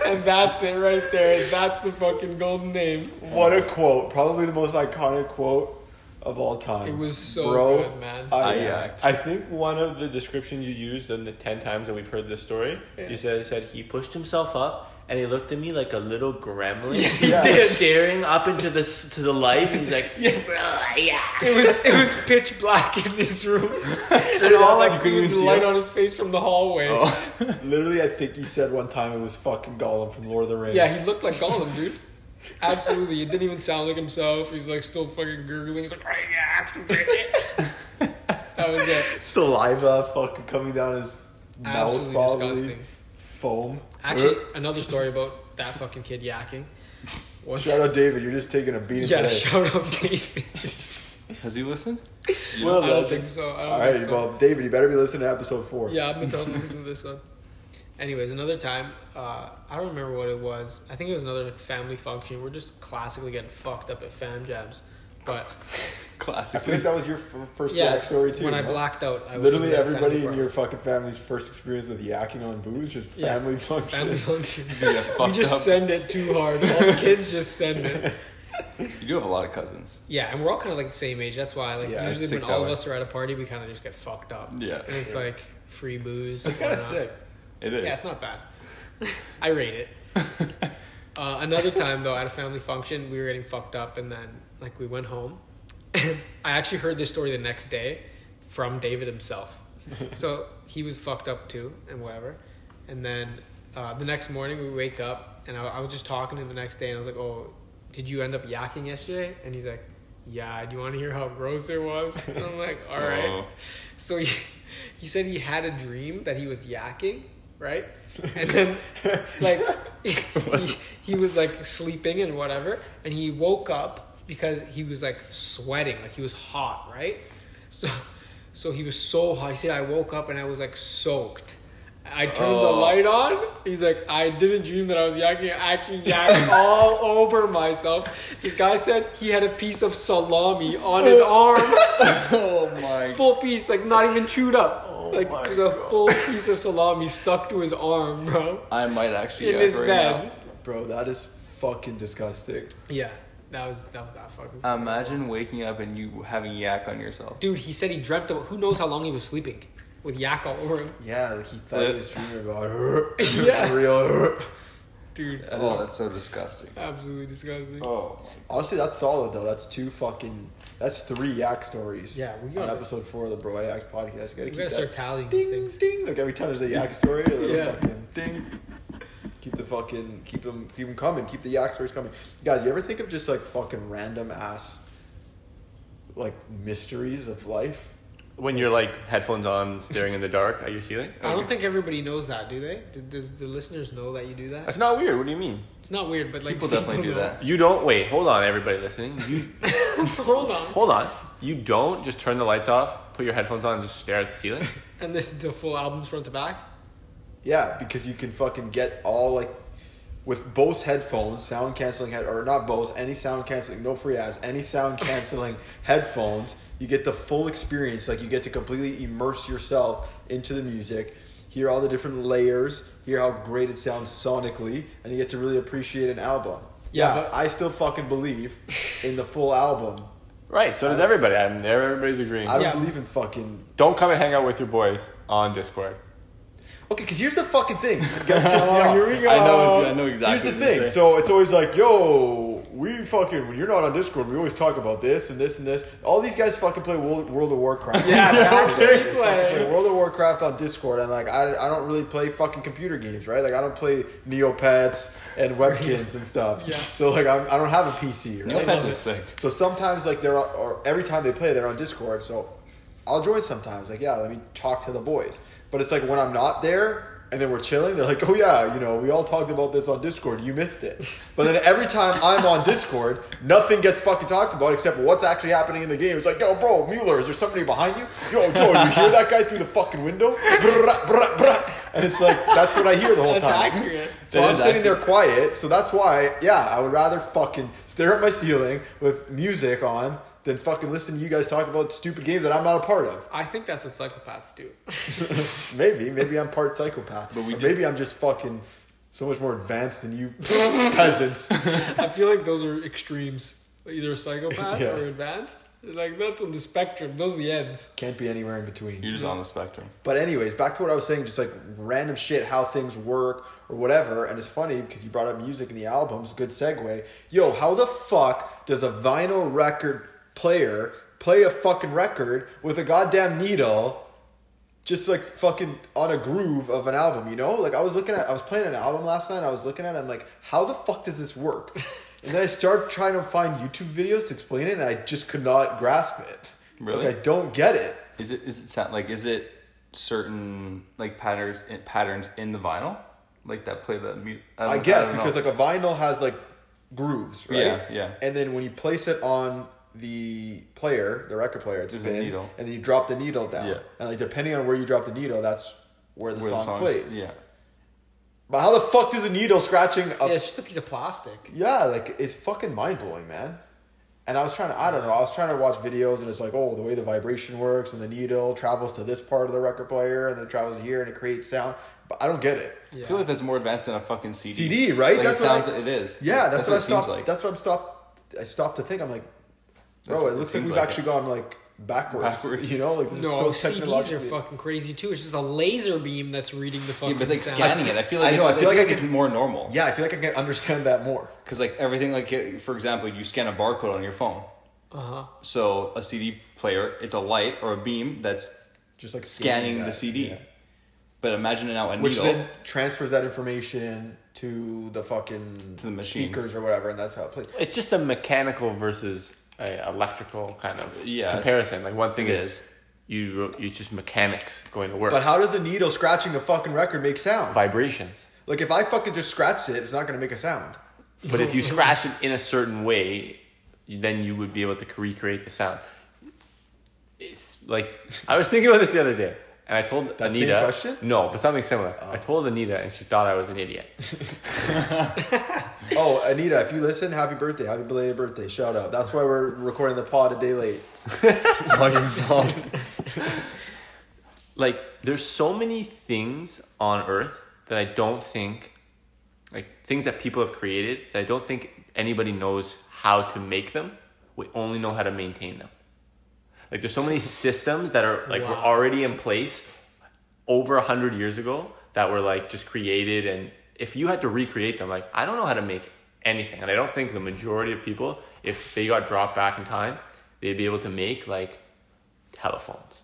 and that's it right there. That's the fucking golden name. What a quote. Probably the most iconic quote of all time. It was so Bro, good, man. I, I yacked. yacked. I think one of the descriptions you used in the 10 times that we've heard this story, you said, said he pushed himself up and he looked at me like a little gremlin. he Yeah. did. Staring up into the, s- to the light and he's like, It was it was pitch black in this room, and all I up, could see was goons, the light yeah. on his face from the hallway. Oh. Oh. Literally, I think you said one time it was fucking Gollum from Lord of the Rings. Yeah, he looked like Gollum, dude. Absolutely, it didn't even sound like himself. He's like still fucking gurgling. He's like, I yacked. that was it. Saliva fucking coming down his mouth, Absolutely probably. disgusting. Foam. Actually, another story about that fucking kid yakking. Once- Shout out David, you're just taking a beating yeah, today. shout out David. Has he listened? well, I don't think so. I don't All right, think so. well, David, you better be listening to episode four. Yeah, I've been telling him to listen to this one. Anyways, another time, uh, I don't remember what it was. I think it was another like, family function. We're just classically getting fucked up at fam jabs, I but Classic. feel like that was your f- first yeah, yak story too. when I huh? blacked out, I was Literally at a family everybody in party. your fucking family's first experience with yakking on booze, just Yeah. family function. family function. You get We fucked just up. send it too hard. All the kids just send it. You do have a lot of cousins. Yeah, and we're all kind of like the same age. That's why, like, Yeah, it's usually sick when that all way. of us are at a party, we kind of just get fucked up. Yeah. and it's like free booze. It's why kind of not? sick. It is. Yeah, it's not bad. I rate it. uh, another time though, at a family function, we were getting fucked up, and then like we went home. I actually heard this story the next day from David himself. so he was fucked up too, and whatever. And then uh, the next morning, we wake up, and I, I was just talking to him the next day, and I was like, "Oh, did you end up yakking yesterday?" And he's like, "Yeah. Do you want to hear how gross it was?" And I'm like, "All right." Oh. So he, he said he had a dream that he was yakking, right? And then, like, he, he was like sleeping and whatever, and he woke up because he was like sweating, like he was hot, right? So, so he was so hot. He said, "I woke up and I was like soaked." I turned the Oh. light on. He's like, I didn't dream that I was yakking. I actually yacked all over myself. This guy said he had a piece of salami on his arm Oh my full piece, like not even chewed up. like my there's a full piece of salami stuck to his arm, bro. I might actually in yak his right bed. Bro, that is fucking disgusting. Yeah, that was that was that fucking. now. Imagine waking up and you having yak on yourself. Dude, he said he dreamt about who knows how long he was sleeping with yak all over him. Yeah, like he thought he was dreaming about Yeah. yeah. real. Dude, That oh, is- that's so disgusting. absolutely disgusting. Oh, Honestly, that's solid though. That's two fucking. That's three yak stories. Yeah, we on gotta- episode four of the Bro Yak podcast. Gotta we keep gotta start that. tallying these Ding things. ding! Like every time there's a yak story, a little Yeah. fucking ding. keep the fucking keep them keep them coming. Keep the yak stories coming, guys. You ever think of just like fucking random ass like mysteries of life? When you're like headphones on, staring in the dark at your ceiling. I don't think everybody knows that, do they? Do- Does the listeners know that you do that? That's not weird. What do you mean? It's not weird, but like People definitely do know. that. You don't wait. Hold on, everybody listening. You Hold on. hold on. You don't just turn the lights off, put your headphones on, and just stare at the ceiling. And this is the full albums front to back. Yeah, because you can fucking get all like with Bose headphones, sound canceling head or not Bose, any sound canceling, no free ads, any sound canceling headphones, you get the full experience. Like you get to completely immerse yourself into the music, hear all the different layers, hear how great it sounds sonically, and you get to really appreciate an album. Yeah, Yeah, but- I still fucking believe in the full album. Right. So does everybody. I'm there. Everybody's agreeing. I don't Yeah. believe in fucking Don't come and hang out with your boys on Discord. Okay, because here's the fucking thing. You guys piss me Oh, off. I know. I know exactly. Here's the what you're thing. saying. So it's always like, yo, we fucking when you're not on Discord, we always talk about this and this and this. All these guys fucking play World, World of Warcraft. Yeah, that's where They you fucking play play. World of Warcraft on Discord, and like I, I don't really play fucking computer games, right? Like I don't play Neopets and Webkins and stuff. Yeah. So like I'm, I don't have a PC. Right? Neopets was sick. So sometimes like they're or every time they play they're on Discord. So I'll join sometimes. Like yeah, let me talk to the boys. But it's like when I'm not there and then we're chilling, they're like, oh yeah, you know, we all talked about this on Discord. You missed it. But then every time I'm on Discord, nothing gets fucking talked about except what's actually happening in the game. It's like, yo, bro, Mueller, is there somebody behind you? Yo, Joe, you hear that guy through the fucking window? Brrrah, brrrah, brrrah. And it's like that's what I hear the whole That's time. accurate. So That I'm is sitting there quiet, so that's why, yeah, I would rather fucking stare at my ceiling with music on than fucking listen to you guys talk about stupid games that I'm not a part of. I think that's what psychopaths do. Maybe, maybe I'm part psychopath. But we did- maybe I'm just fucking so much more advanced than you peasants. I feel like those are extremes. Either a psychopath Yeah. or advanced. Like that's on the spectrum. Those are the ends. Can't be anywhere in between. You're just on the spectrum. But anyways, back to what I was saying, just like random shit, how things work or whatever. And it's funny because you brought up music in the albums, good segue. Yo, how the fuck does a vinyl record player play a fucking record with a goddamn needle? Just like fucking on a groove of an album, you know? Like I was looking at, I was playing an album last night. And I was looking at, it, I'm like, how the fuck does this work? And then I started trying to find YouTube videos to explain it, and I just could not grasp it. Really? Like I don't get it. Is it is it sound like is it certain like patterns in, patterns in the vinyl like that play the mu- don't- I guess don't know. because like a vinyl has like grooves, right? Yeah, yeah. And then when you place it on the player, the record player, it a spins, needle. and then you drop the needle down. Yeah. And like depending on where you drop the needle, that's where the, Where the song, songs- plays. Yeah. But how the fuck does a needle scratching a Yeah, it's just a piece of plastic. Yeah, like it's fucking mind blowing, man. And I was trying to, I don't know, I was trying to watch videos and it's like, oh, the way the vibration works and the needle travels to this part of the record player and then it travels here and it creates sound. But I don't get it. I Yeah. feel like that's more advanced than a fucking CD. CD, right? Like, that's it what sounds. I, it is. Yeah, that's, what, I it seems stopped. Like. That's what I'm stopped. I stopped to think. I'm like, bro, That's what it it looks like seems we've like actually gone like backwards. Backwards. You know, like this no, is so CDs are technologically. fucking crazy too. It's just a laser beam that's reading the yeah, fucking. but it's like sound. scanning it. I feel I like know, It's, I feel like I it's could- more normal. yeah, I feel like I can understand that more. Because like everything, like uh, for example, you scan a barcode on your phone. Uh-huh. So a CD player, it's a light or a beam that's Just like scanning the that, CD. yeah. But imagine now a which needle. then transfers that information to the fucking To the machine. speakers or whatever, and that's how it plays. It's just a mechanical versus a electrical kind of Yeah, it's- comparison. Like one thing it is, is. you you just mechanics going to work. But how does a needle scratching a fucking record make sound? Vibrations. Like if I fucking just scratched it, it's not gonna make a sound. But if you scratch it in a certain way, you- then you would be able to recreate the sound. It's like I was thinking about this the other day, and I told That same Anita. question? No, but something similar. I told Anita, and she thought I was an idiot. Oh, Anita, if you listen, happy birthday, happy belated birthday, shout out. That's why we're recording the pod a day late. It's all your fault. like there's so many things on earth that I don't think like things that people have created that I don't think anybody knows how to make them. We only know how to maintain them. Like there's so many systems that are like were Wow. already in place over a hundred years ago that were like just created and if you had to recreate them, like I don't know how to make anything. And I don't think the majority of people, if they got dropped back in time, they'd be able to make like telephones.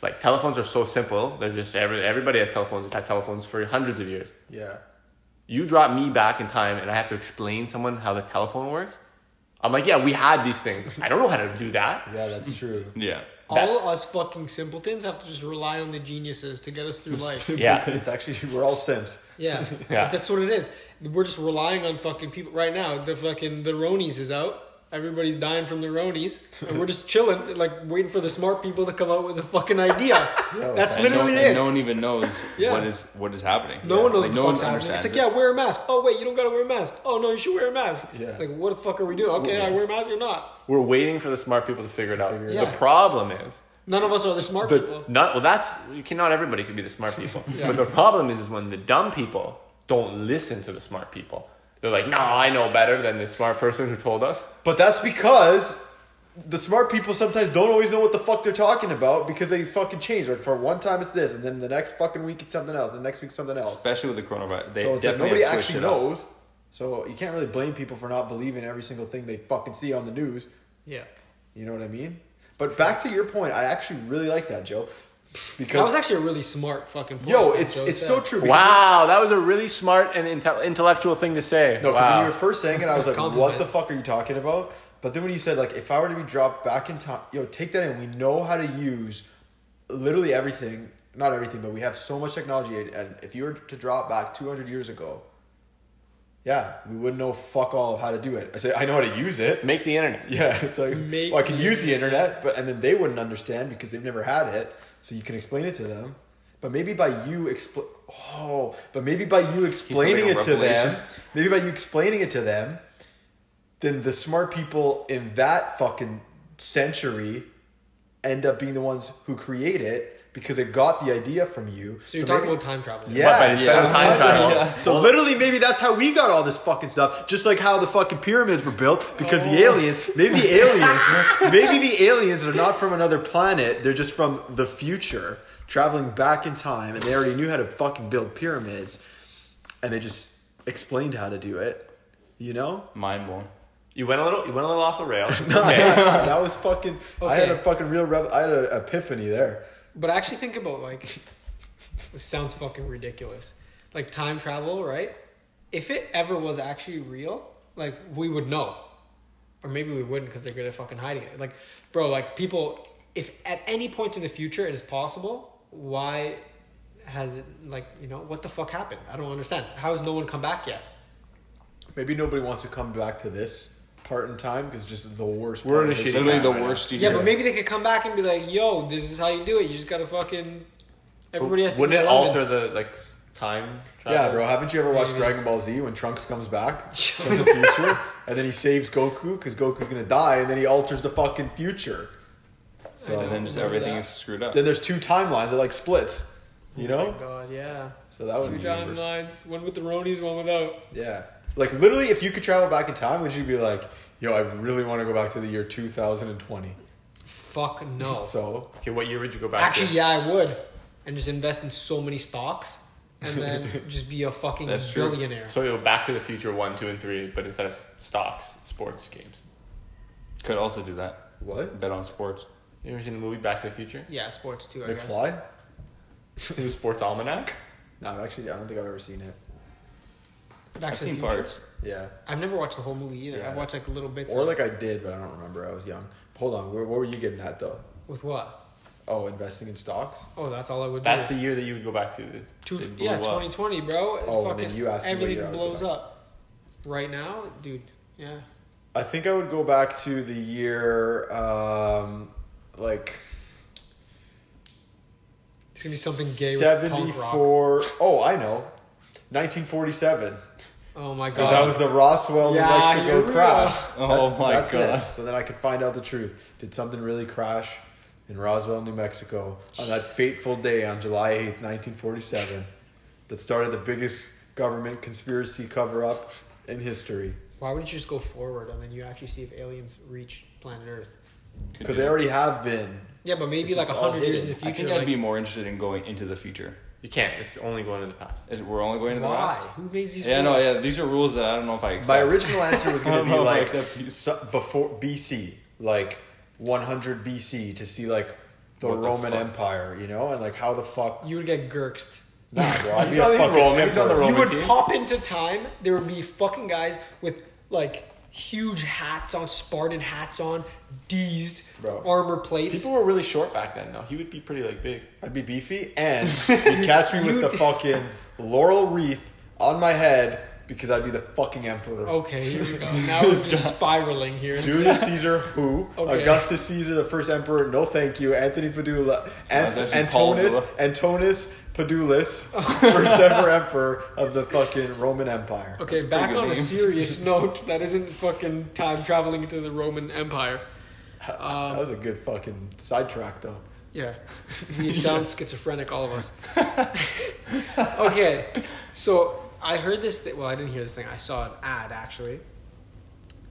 Like telephones are so simple. They're just every, everybody has telephones. They've had telephones for hundreds of years. Yeah. You drop me back in time, and I have to explain someone how the telephone works. I'm like, yeah, we had these things. I don't know how to do that. Yeah, that's true. yeah. All us fucking simpletons have to just rely on the geniuses to get us through life. Yeah, It's actually we're all Sims. Yeah. Yeah. That's what it is. We're just relying on fucking people right now. The fucking the Ronies is out. Everybody's dying from the Ronies, and we're just chilling, like waiting for the smart people to come out with a fucking idea. That's exactly. And no, literally and it. no one even knows Yeah. what is what is happening. No one knows Like, what no the one fuck's happening. understands. It's like, yeah, wear a mask. Oh wait, you don't gotta wear a mask. Oh no, you should wear a mask. Yeah. Like what the fuck are we doing? Okay, I wear a mask or not? we're waiting for the smart people to figure it out. figure it out. The problem is, None of us are the smart people. the, not well. That's you can not everybody could be the smart people. Yeah. But the problem is, is when the dumb people don't listen to the smart people. They're like, no, I know better than the smart person who told us. But that's because the smart people sometimes don't always know what the fuck they're talking about because they fucking change. Like for one time it's this, and then the next fucking week it's something else, and next week something else. especially with the coronavirus. They so it's like definitely nobody have switched actually it up. knows. So you can't really blame people for not believing every single thing they fucking see on the news. Yeah. You know what I mean? But back to your point, I actually really like that, Joe, That was because actually a really smart fucking. Point yo, that it's Joe it's said. so true. because- Wow, that was a really smart and inte- intellectual thing to say. No, because wow. when you were first saying it, I was like, "What Compliment. the fuck are you talking about?" But then when you said like, "If I were to be dropped back in time, yo, take that in. We know how to use literally everything. Not everything, but we have so much technology. And- And if you were to drop back two hundred years ago, yeah, we wouldn't know fuck all of how to do it. I say I know how to use it. Make the internet. Yeah, it's like Make well, I can me- use the internet, but and then they wouldn't understand because they've never had it. So you can explain it to them, but maybe by you explain, oh, but maybe by you explaining having a it to them, revelation. maybe by you explaining it to them, then the smart people in that fucking century end up being the ones who create it because they got the idea from you. So you're talking maybe- about time travel. yeah, by the yeah, time time travel. travel. So literally, maybe that's how we got all this fucking stuff. Just like how the fucking pyramids were built, because the aliens, maybe the aliens, maybe the aliens are not from another planet. They're just from the future, traveling back in time, and they already knew how to fucking build pyramids, and they just explained how to do it. You know? Mind blown. You went a little. You went a little off the rails. that was fucking. I had a Okay. fucking real. Rev- I had an epiphany there. But actually think about like this sounds fucking ridiculous. Like time travel, right? If it ever was actually real, like we would know. Or maybe we wouldn't because they're good at fucking hiding it. Like, bro, like people if at any point in the future it is possible, why has it like you know, what the fuck happened? I don't understand. How has no one come back yet? Maybe nobody wants to come back to this part in time because just the worst. part We're in a of shitty history. Literally the right now. worst. you Yeah, hear. but maybe they could come back and be like, yo, this is how you do it. You just gotta fucking everybody has to Wouldn't eat it ramen. alter the like s- time travel. Yeah, bro. Haven't you ever Mm. watched Dragon Ball Z when Trunks comes back from the future and then he saves Goku because Goku's gonna die and then he alters the fucking future. So and then just Remember everything that. is screwed up. then there's two timelines that like splits, you know. Oh, God, yeah. So that would Two be timelines, one with the Ronies, one without. yeah. Like literally, if you could travel back in time, would you be like, yo, I really want to go back to the year 2020? Fuck no. So Okay, what year would you go back Actually, to? yeah, I would, and just invest in so many stocks, and then just be a fucking That's true. billionaire. So you'll back to the future one, two, and three, but instead of s- stocks, sports games. Could also do that. what? Bet on sports. You ever seen the movie Back to the Future? Yeah, sports too. I guess. McFly? The sports almanac? No, actually, I don't think I've ever seen it. Back I've to the seen Future. parts. Yeah. I've never watched the whole movie either. Yeah. I've watched like little bits. Or of like I did, but I don't remember. I was young. Hold on. Where, what were you getting at though? it. with what? Oh, investing in stocks. Oh, that's all I would That's do. the year that you would go back to. The, Two, it blew yeah, up. 2020, bro. It Oh, and fucking, then you asked me what everything year I would go blows back. up. Right now, dude. Yeah. I think I would go back to the year, um, like It's gonna be something gay. With punk rock. seventy-four. Oh, I know, nineteen forty-seven. Oh my Because god. that was the Roswell, Yeah, New here we Mexico crash. go. That's- Oh my that's it. God. So then I could find out the truth. Did something really crash in Roswell, New Mexico on that fateful day on July eighth, nineteen forty-seven, that started the biggest government conspiracy cover-up in history? Why wouldn't you just go forward and then you actually see if aliens reach planet Earth? Could Because do they that. already have been. Yeah, but maybe It's like just all hundred years in the hidden. I future. think like, I'd be more interested in going into the future. you can't. It's only going to the past. Is we're only going to the why? past. Who makes these? Yeah, no, rules? yeah. These are rules that I don't know if I accept. My original answer was going to I be don't know, like like, that piece. so, before BC, like 100 BC, to see like the What the Roman fuck? Empire, you know, and like how the fuck. You would get girked. Nah, bro, I'd be He's a on these fucking Roman- he's on the emperor. Roman you would team? pop into time. There would be fucking guys with like huge hats on, Spartan hats on, deezed Bro. armor plates. People were really short back then, though. He would be pretty like big. I'd be beefy, and you'd catch me with the fucking laurel wreath on my head because I'd be the fucking emperor. Oh. okay, here we go. Now we're just spiraling here. Julius Caesar, who Okay. Augustus Caesar, the first emperor. No, thank you. Anthony Padula, Ant- that's actually Paul Antonis, Padula. Antonis Padulus, first ever emperor of the fucking Roman Empire. Okay, That's a pretty back good on a name. serious note. That isn't fucking time traveling into the Roman Empire. Um, that was a good fucking sidetrack, though. Yeah. We sound schizophrenic, all of us. okay. So I heard this thing. Well, I didn't hear this thing. I saw an ad, actually.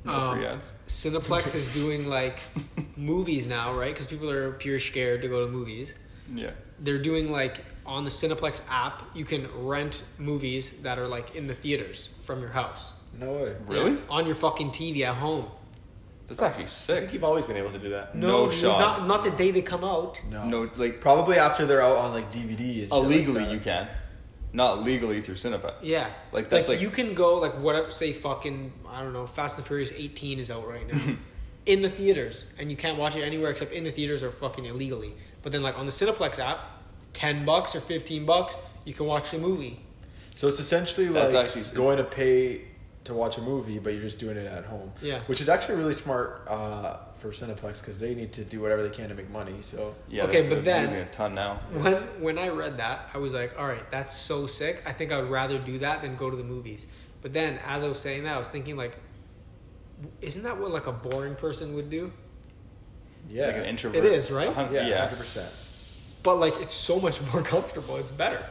No Um, free ads. Cineplex is doing like movies now, right? Because people are pure scared to go to movies. Yeah. They're doing like on the Cineplex app, you can rent movies that are like in the theaters from your house. No way. Really? Yeah, on your fucking TV at home. That's actually I think sick. you've always been able to do that. No dude, shot. Not, not the day they come out. No. No, like Probably after they're out on like DVD and shit illegally like that. you can, not legally through Cinepa. Yeah. Like, that's like- you can go like whatever say fucking I don't know, Fast and Furious eighteen is out right now. in the theaters. And you can't watch it anywhere except in the theaters or fucking illegally. But then like on the Cineplex app, ten bucks or fifteen bucks, you can watch the movie. So it's essentially That's like actually- going to pay to watch a movie, but you're just doing it at home. Yeah. Which is actually really smart uh, for Cineplex because they need to do whatever they can to make money. So Yeah. Okay, they're- but they're then- using a ton now. When when I read that, I was like, all right, that's so sick. I think I would rather do that than go to the movies. But then as I was saying that, I was thinking like isn't that what like a boring person would do? yeah, Like an introvert. It is, right? A hun- yeah, Yeah. hundred percent. But like it's so much more comfortable. It's better.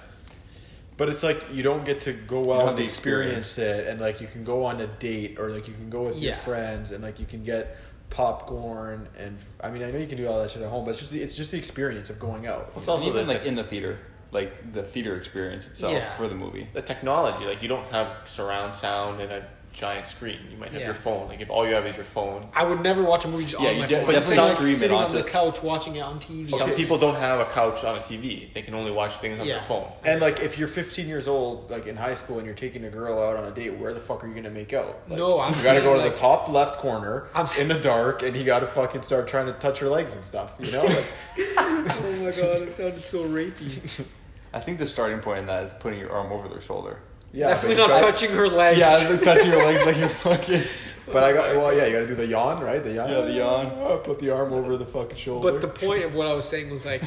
But it's like you don't get to go have out and the experience it, and like you can go on a date, or like you can go with your Yeah. friends, and like you can get popcorn, and I mean I know you can do all that shit at home, but it's just the, it's just the experience of going out. It's And also even the, like in the theater, like the theater experience itself Yeah. for the movie. the technology. Like you don't have surround sound and a giant screen. You might have Yeah. your phone. Like if all you have is your phone. I would never watch a movie just Yeah, on you my de- phone. but It's definitely like stream it sitting on onto- the couch watching it on TV. Some Okay. people don't have a couch on a TV. They can only watch things on Yeah. their phone. And like if you're 15 years old, like in high school, and you're taking a girl out on a date, where the fuck are you gonna make out? Like, No, I'm you gotta go saying, to like- the top left corner I'm in saying- the dark, and you gotta fucking start trying to touch her legs and stuff. You know, like, Oh my god, it sounded so rapey. I think the starting point in that is putting your arm over their shoulder. yeah, but Definitely you got- not touching her legs. Yeah, it's like touching your legs like you're fucking. But I got well, yeah, you gotta do the yawn, right? The yawn. Yeah, the yawn. Put the arm over the fucking shoulder. But the point of what I was saying was like,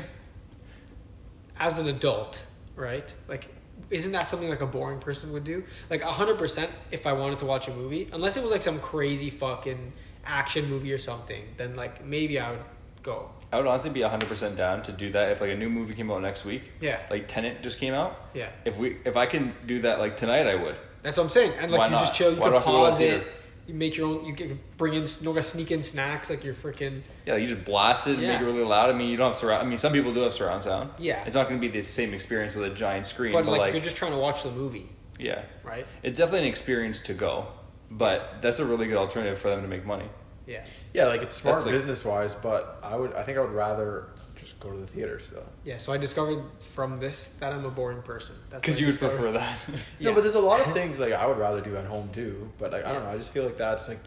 as an adult, right? Like isn't that something like a boring person would do? Like hundred percent, if I wanted to watch a movie, unless it was like some crazy fucking action movie or something, then like maybe I would go. I would honestly be 100% down to do that if like a new movie came out next week. Yeah. Like Tenant just came out. Yeah. If we if I can do that like tonight I would. That's what I'm saying. And like Why you not? just chill, you Why do I have can to go out pause it. theater? You make your own. You can bring in. You don't gotta sneak in snacks like you're freaking. Yeah, like you just blast it and make Yeah. it really loud. I mean, you don't have surround I mean, some people do have surround sound. Yeah. It's not going to be the same experience with a giant screen, But but, like, if like, you're just trying to watch the movie, yeah. right? It's definitely an experience to go, but that's a really good alternative for them to make money. Yeah, Yeah, like it's smart That's, like- business wise, but I would I think I would rather just go to the theaters though. yeah. So I discovered from this that I'm a boring person. That's what Because I you would discovered. prefer that. Yeah. No, but there's a lot of things like I would rather do at home too. But like I don't know, I just feel like that's like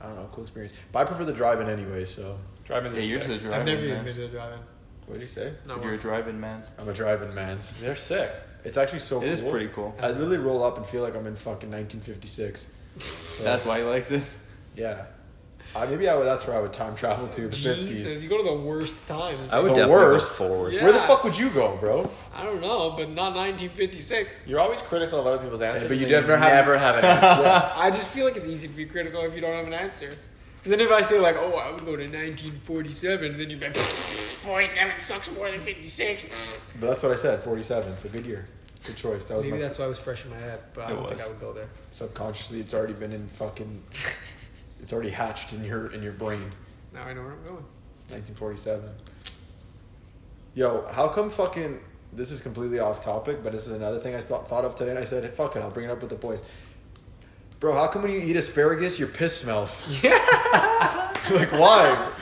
I don't know, cool experience. But I prefer the drive-in anyway. So Driving yeah, the you're just a sick. drive-in I've never even man. been to a drive-in. what did you say? Not you're a one. drive-in man. I'm a drive-in man's. They're sick. It's actually so. It cool. is pretty cool. I literally roll up and feel like I'm in fucking 1956. So, That's why he likes it. Yeah, I, maybe I would, that's where I would time travel to the 50s. Jesus, you go to the worst time. I would The definitely look worst. forward. Yeah. Where the fuck would you go, bro? I don't know, but not 1956. You're always critical of other people's answers, but you and never have- never have an answer. I just feel like it's easy to be critical if you don't have an answer. Because then if I say like, oh, I would go to 1947, then you'd be like, 47 sucks more than 56. But that's what I said. 47. So good year. Good choice. That was Maybe my that's why it was fresh in my head, but I It don't think was. I would go there. subconsciously. It's already been in fucking. It's already hatched in your in your brain. Now I know where I'm going. 1947. Yo, how come fucking this is completely off topic, but this is another thing I thought thought of today, and I said, hey, fuck it, I'll bring it up with the boys. Bro, how come when you eat asparagus, your piss smells? like why?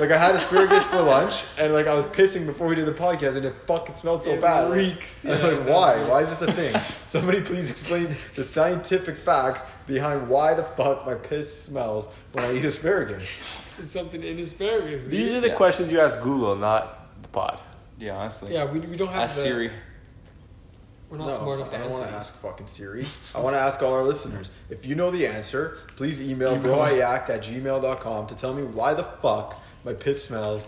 Like I had asparagus for lunch, and like I was pissing before we did the podcast, and it fucking smelled so It bad. reeks, And I'm yeah. like, why? Why is this a thing? Somebody please explain the scientific facts behind why the fuck my piss smells when I eat asparagus. There's something in asparagus. These are the Yeah. questions you ask Google, not the pod. Yeah, honestly. yeah, we, we don't have Ask the, Siri. We're not smart enough to I don't answer want to these. ask fucking Siri. I want to ask all our listeners. If you know the answer, please email Email. broayak at gmail.com to tell me why the fuck my piss smells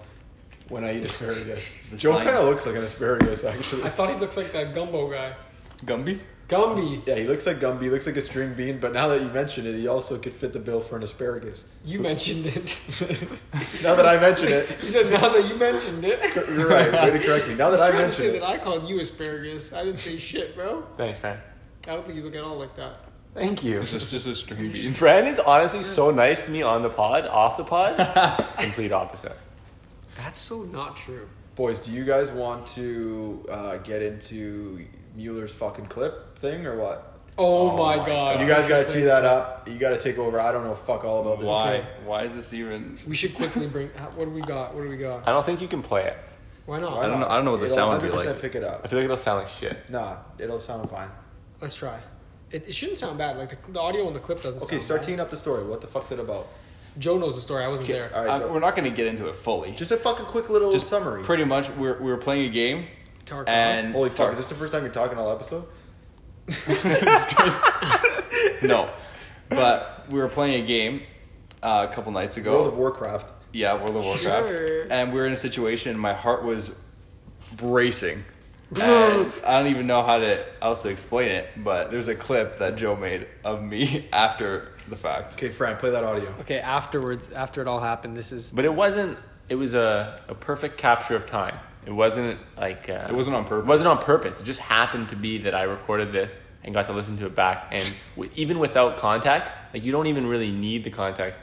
when I eat asparagus. The Joe sign. kind of looks like an asparagus, actually. I thought he looks like that gumbo guy. Gumby? Gumby, Yeah, he looks like Gumby, he looks like a string bean, but now that you mention it, he also could fit the bill for an asparagus. you mentioned it. Now that I mention it, he said, now that you mentioned it. you're right, way to correct me. Now that I trying to mention say it, that I called you asparagus. I didn't say shit, bro. Thanks, man. I don't think you look at all like that. Thank you. It's just, just a string bean. Fran is honestly so nice to me on the pod, off the pod, complete opposite. That's so not true. boys, do you guys want to uh, get into Mueller's fucking clip thing or what? Oh, Oh my my god. God. You guys gotta tee that up. You gotta take over. I don't know fuck all about this. Why? Okay. Why is this even? We should quickly bring. uh, What do we got? What do we got? I don't think you can play it. Why not? Why don't know- not? I don't know what the It'll sound would be 100% like. pick it I up. feel like it'll sound like shit. Nah, it'll sound fine. Let's try. It, it shouldn't sound bad. Like the, the audio on the clip doesn't. Okay, sound start bad. teeing up the story. What the fuck's it about? Joe knows the story. I wasn't there. All right, I'm- Joe. Uh, we're not going to get into it fully. Just a fucking quick little Just summary. Pretty much, we were, we were playing a game, Tarkov. and Holy fuck! Is this the first time you're talking all episode? no, but we were playing a game uh, a couple nights ago. World of Warcraft. yeah, World of Warcraft, Sure. and we were in a situation. My heart was bracing. And I don't even know how to else to explain it, but there's a clip that Joe made of me after the fact. Okay, Fran, play that audio. Okay. Afterwards, after it all happened, this is. But it wasn't, it was a, a perfect capture of time. It wasn't like. Uh, It wasn't on purpose. It wasn't on purpose. It just happened to be that I recorded this and got to listen to it back. And w- even without context, like you don't even really need the context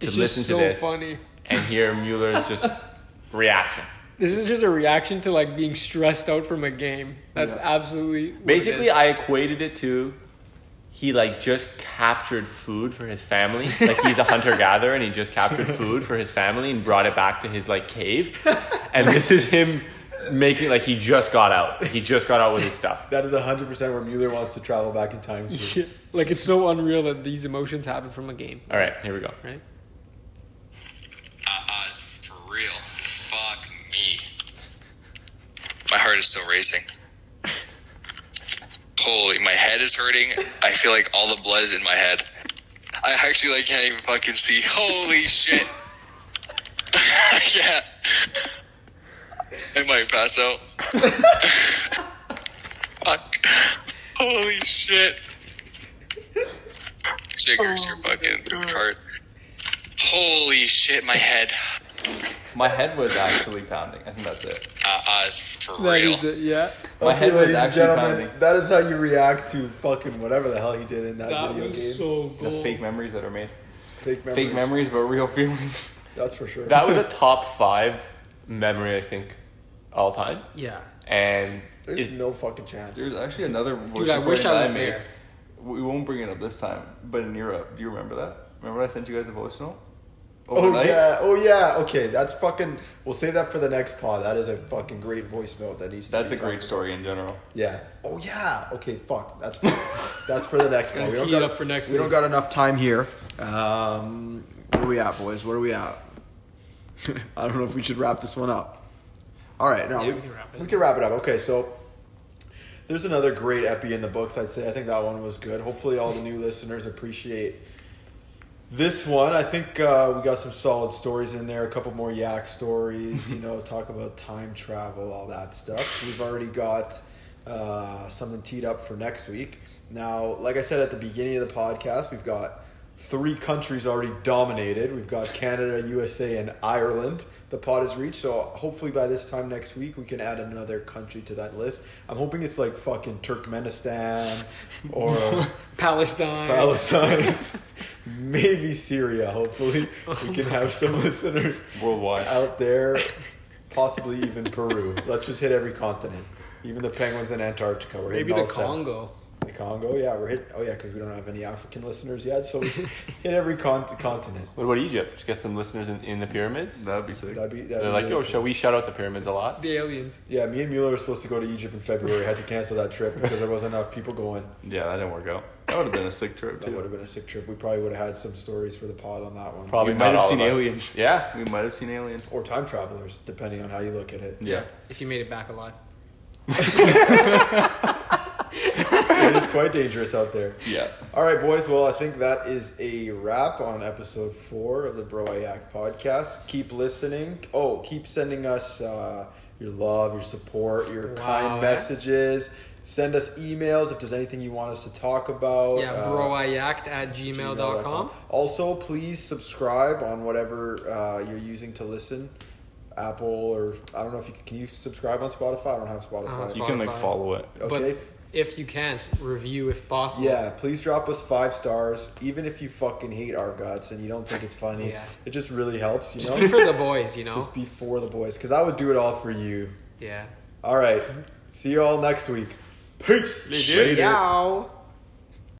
to It's listen just so to this funny. and hear Mueller's just reaction. This is just a reaction to like being stressed out from a game. That's Yeah. absolutely. what it Basically, is. I equated it to he like just captured food for his family. Like he's a hunter gatherer and he just captured food for his family and brought it back to his like cave. And this is him making like he just got out. He just got out with his stuff. That is 100 percent where Mueller wants to travel back in time. To. like it's so unreal that these emotions happen from a game, All right, here we go. right? Uh, uh, for real. Fuck me. My heart is still racing. Holy, my head is hurting. I feel like all the blood is in my head. I actually like can't even fucking see. Holy shit. yeah. I might pass out. Fuck. Holy shit. Jiggers, your fucking cart. Holy shit, my head. My head was actually pounding. I think that's it. Uh, uh, for That real. is it, yeah. My head was ladies and actually gentlemen, pounding. that is how you react to fucking whatever the hell he did in that, That video game. was so The gold. fake memories that are made. fake memories. Fake memories, but real feelings. That's for sure. That was a top five memory, I think, all time. Yeah. And There's it- no fucking chance. There's actually another voice Dude, I recording wish I that was made. there. We won't bring it up this time, but in Europe, do you remember that? Remember I sent you guys a voicemail? Oh Overnight? yeah, oh yeah. Okay, that's fucking. We'll save that for the next pod. That is a fucking great voice note that needs. To That's be a great talked story in general. about. Yeah. Oh yeah. Okay. Fuck. That's for, that's for the next Gonna pod. We tee don't it got up for next We don't week. got enough time here. Um, where are we at, boys? Where are we at? I don't know if we should wrap this one up. All right, no, Yeah, we can wrap it. we can wrap it up. Okay, so there's another great epi in the books. I'd say I think that one was good. Hopefully, all the new listeners appreciate this one. I think uh, we got some solid stories in there. A couple more yak stories. You know, talk about time travel, all that stuff. We've already got uh, something teed up for next week. Now, like I said at the beginning of the podcast, we've got three countries already dominated. We've got Canada, USA, and Ireland. The pot is reached, so hopefully by this time next week we can add another country to that list. I'm hoping it's like fucking Turkmenistan or Palestine. Palestine, maybe Syria. Hopefully we can have some listeners Worldwide. out there, possibly even Peru. Let's just hit every continent, even the penguins in Antarctica. We're Maybe hitting the all seven. Congo. The Congo, yeah, we're hit. Oh yeah, because we don't have any African listeners yet, so we just hit every con- continent. what about Egypt? Just get some listeners in, in the pyramids. That'd be sick. That'd be that'd They're be like, really yo, cool. shall we shout out the pyramids a lot? The aliens. Yeah, me and Mueller were supposed to go to Egypt in February. had to cancel that trip because there wasn't enough people going. yeah, that didn't work out. That would have been a sick trip That would too. have been a sick trip. We probably would have had some stories for the pod on that one, Probably We not might have all seen of us. aliens. Yeah. We might have seen aliens. or time travelers, depending on how you look at it. Yeah. If you made it back alive. it is quite dangerous out there. Yeah. All right, boys. Well, I think that is a wrap on episode four of the Bro I Yak podcast. Keep listening. Oh, keep sending us uh, your love, your support, your Wow, kind eh? messages. Send us emails if there's anything you want us to talk about. Yeah, uh, broiact at gmail.com. Also, please subscribe on whatever uh, you're using to listen. Apple or I don't know if you can, can you subscribe on Spotify. I don't have Spotify. Uh-huh. You can like Spotify. follow it. But okay. f- if you can't, review if possible. Yeah, please drop us five stars, even if you fucking hate our guts and you don't think it's funny. Yeah. It just really helps, you Just know? be for the boys, you know? just be for the boys, because I would do it all for you. Yeah. All right. See you all next week. Peace. Later. Yow.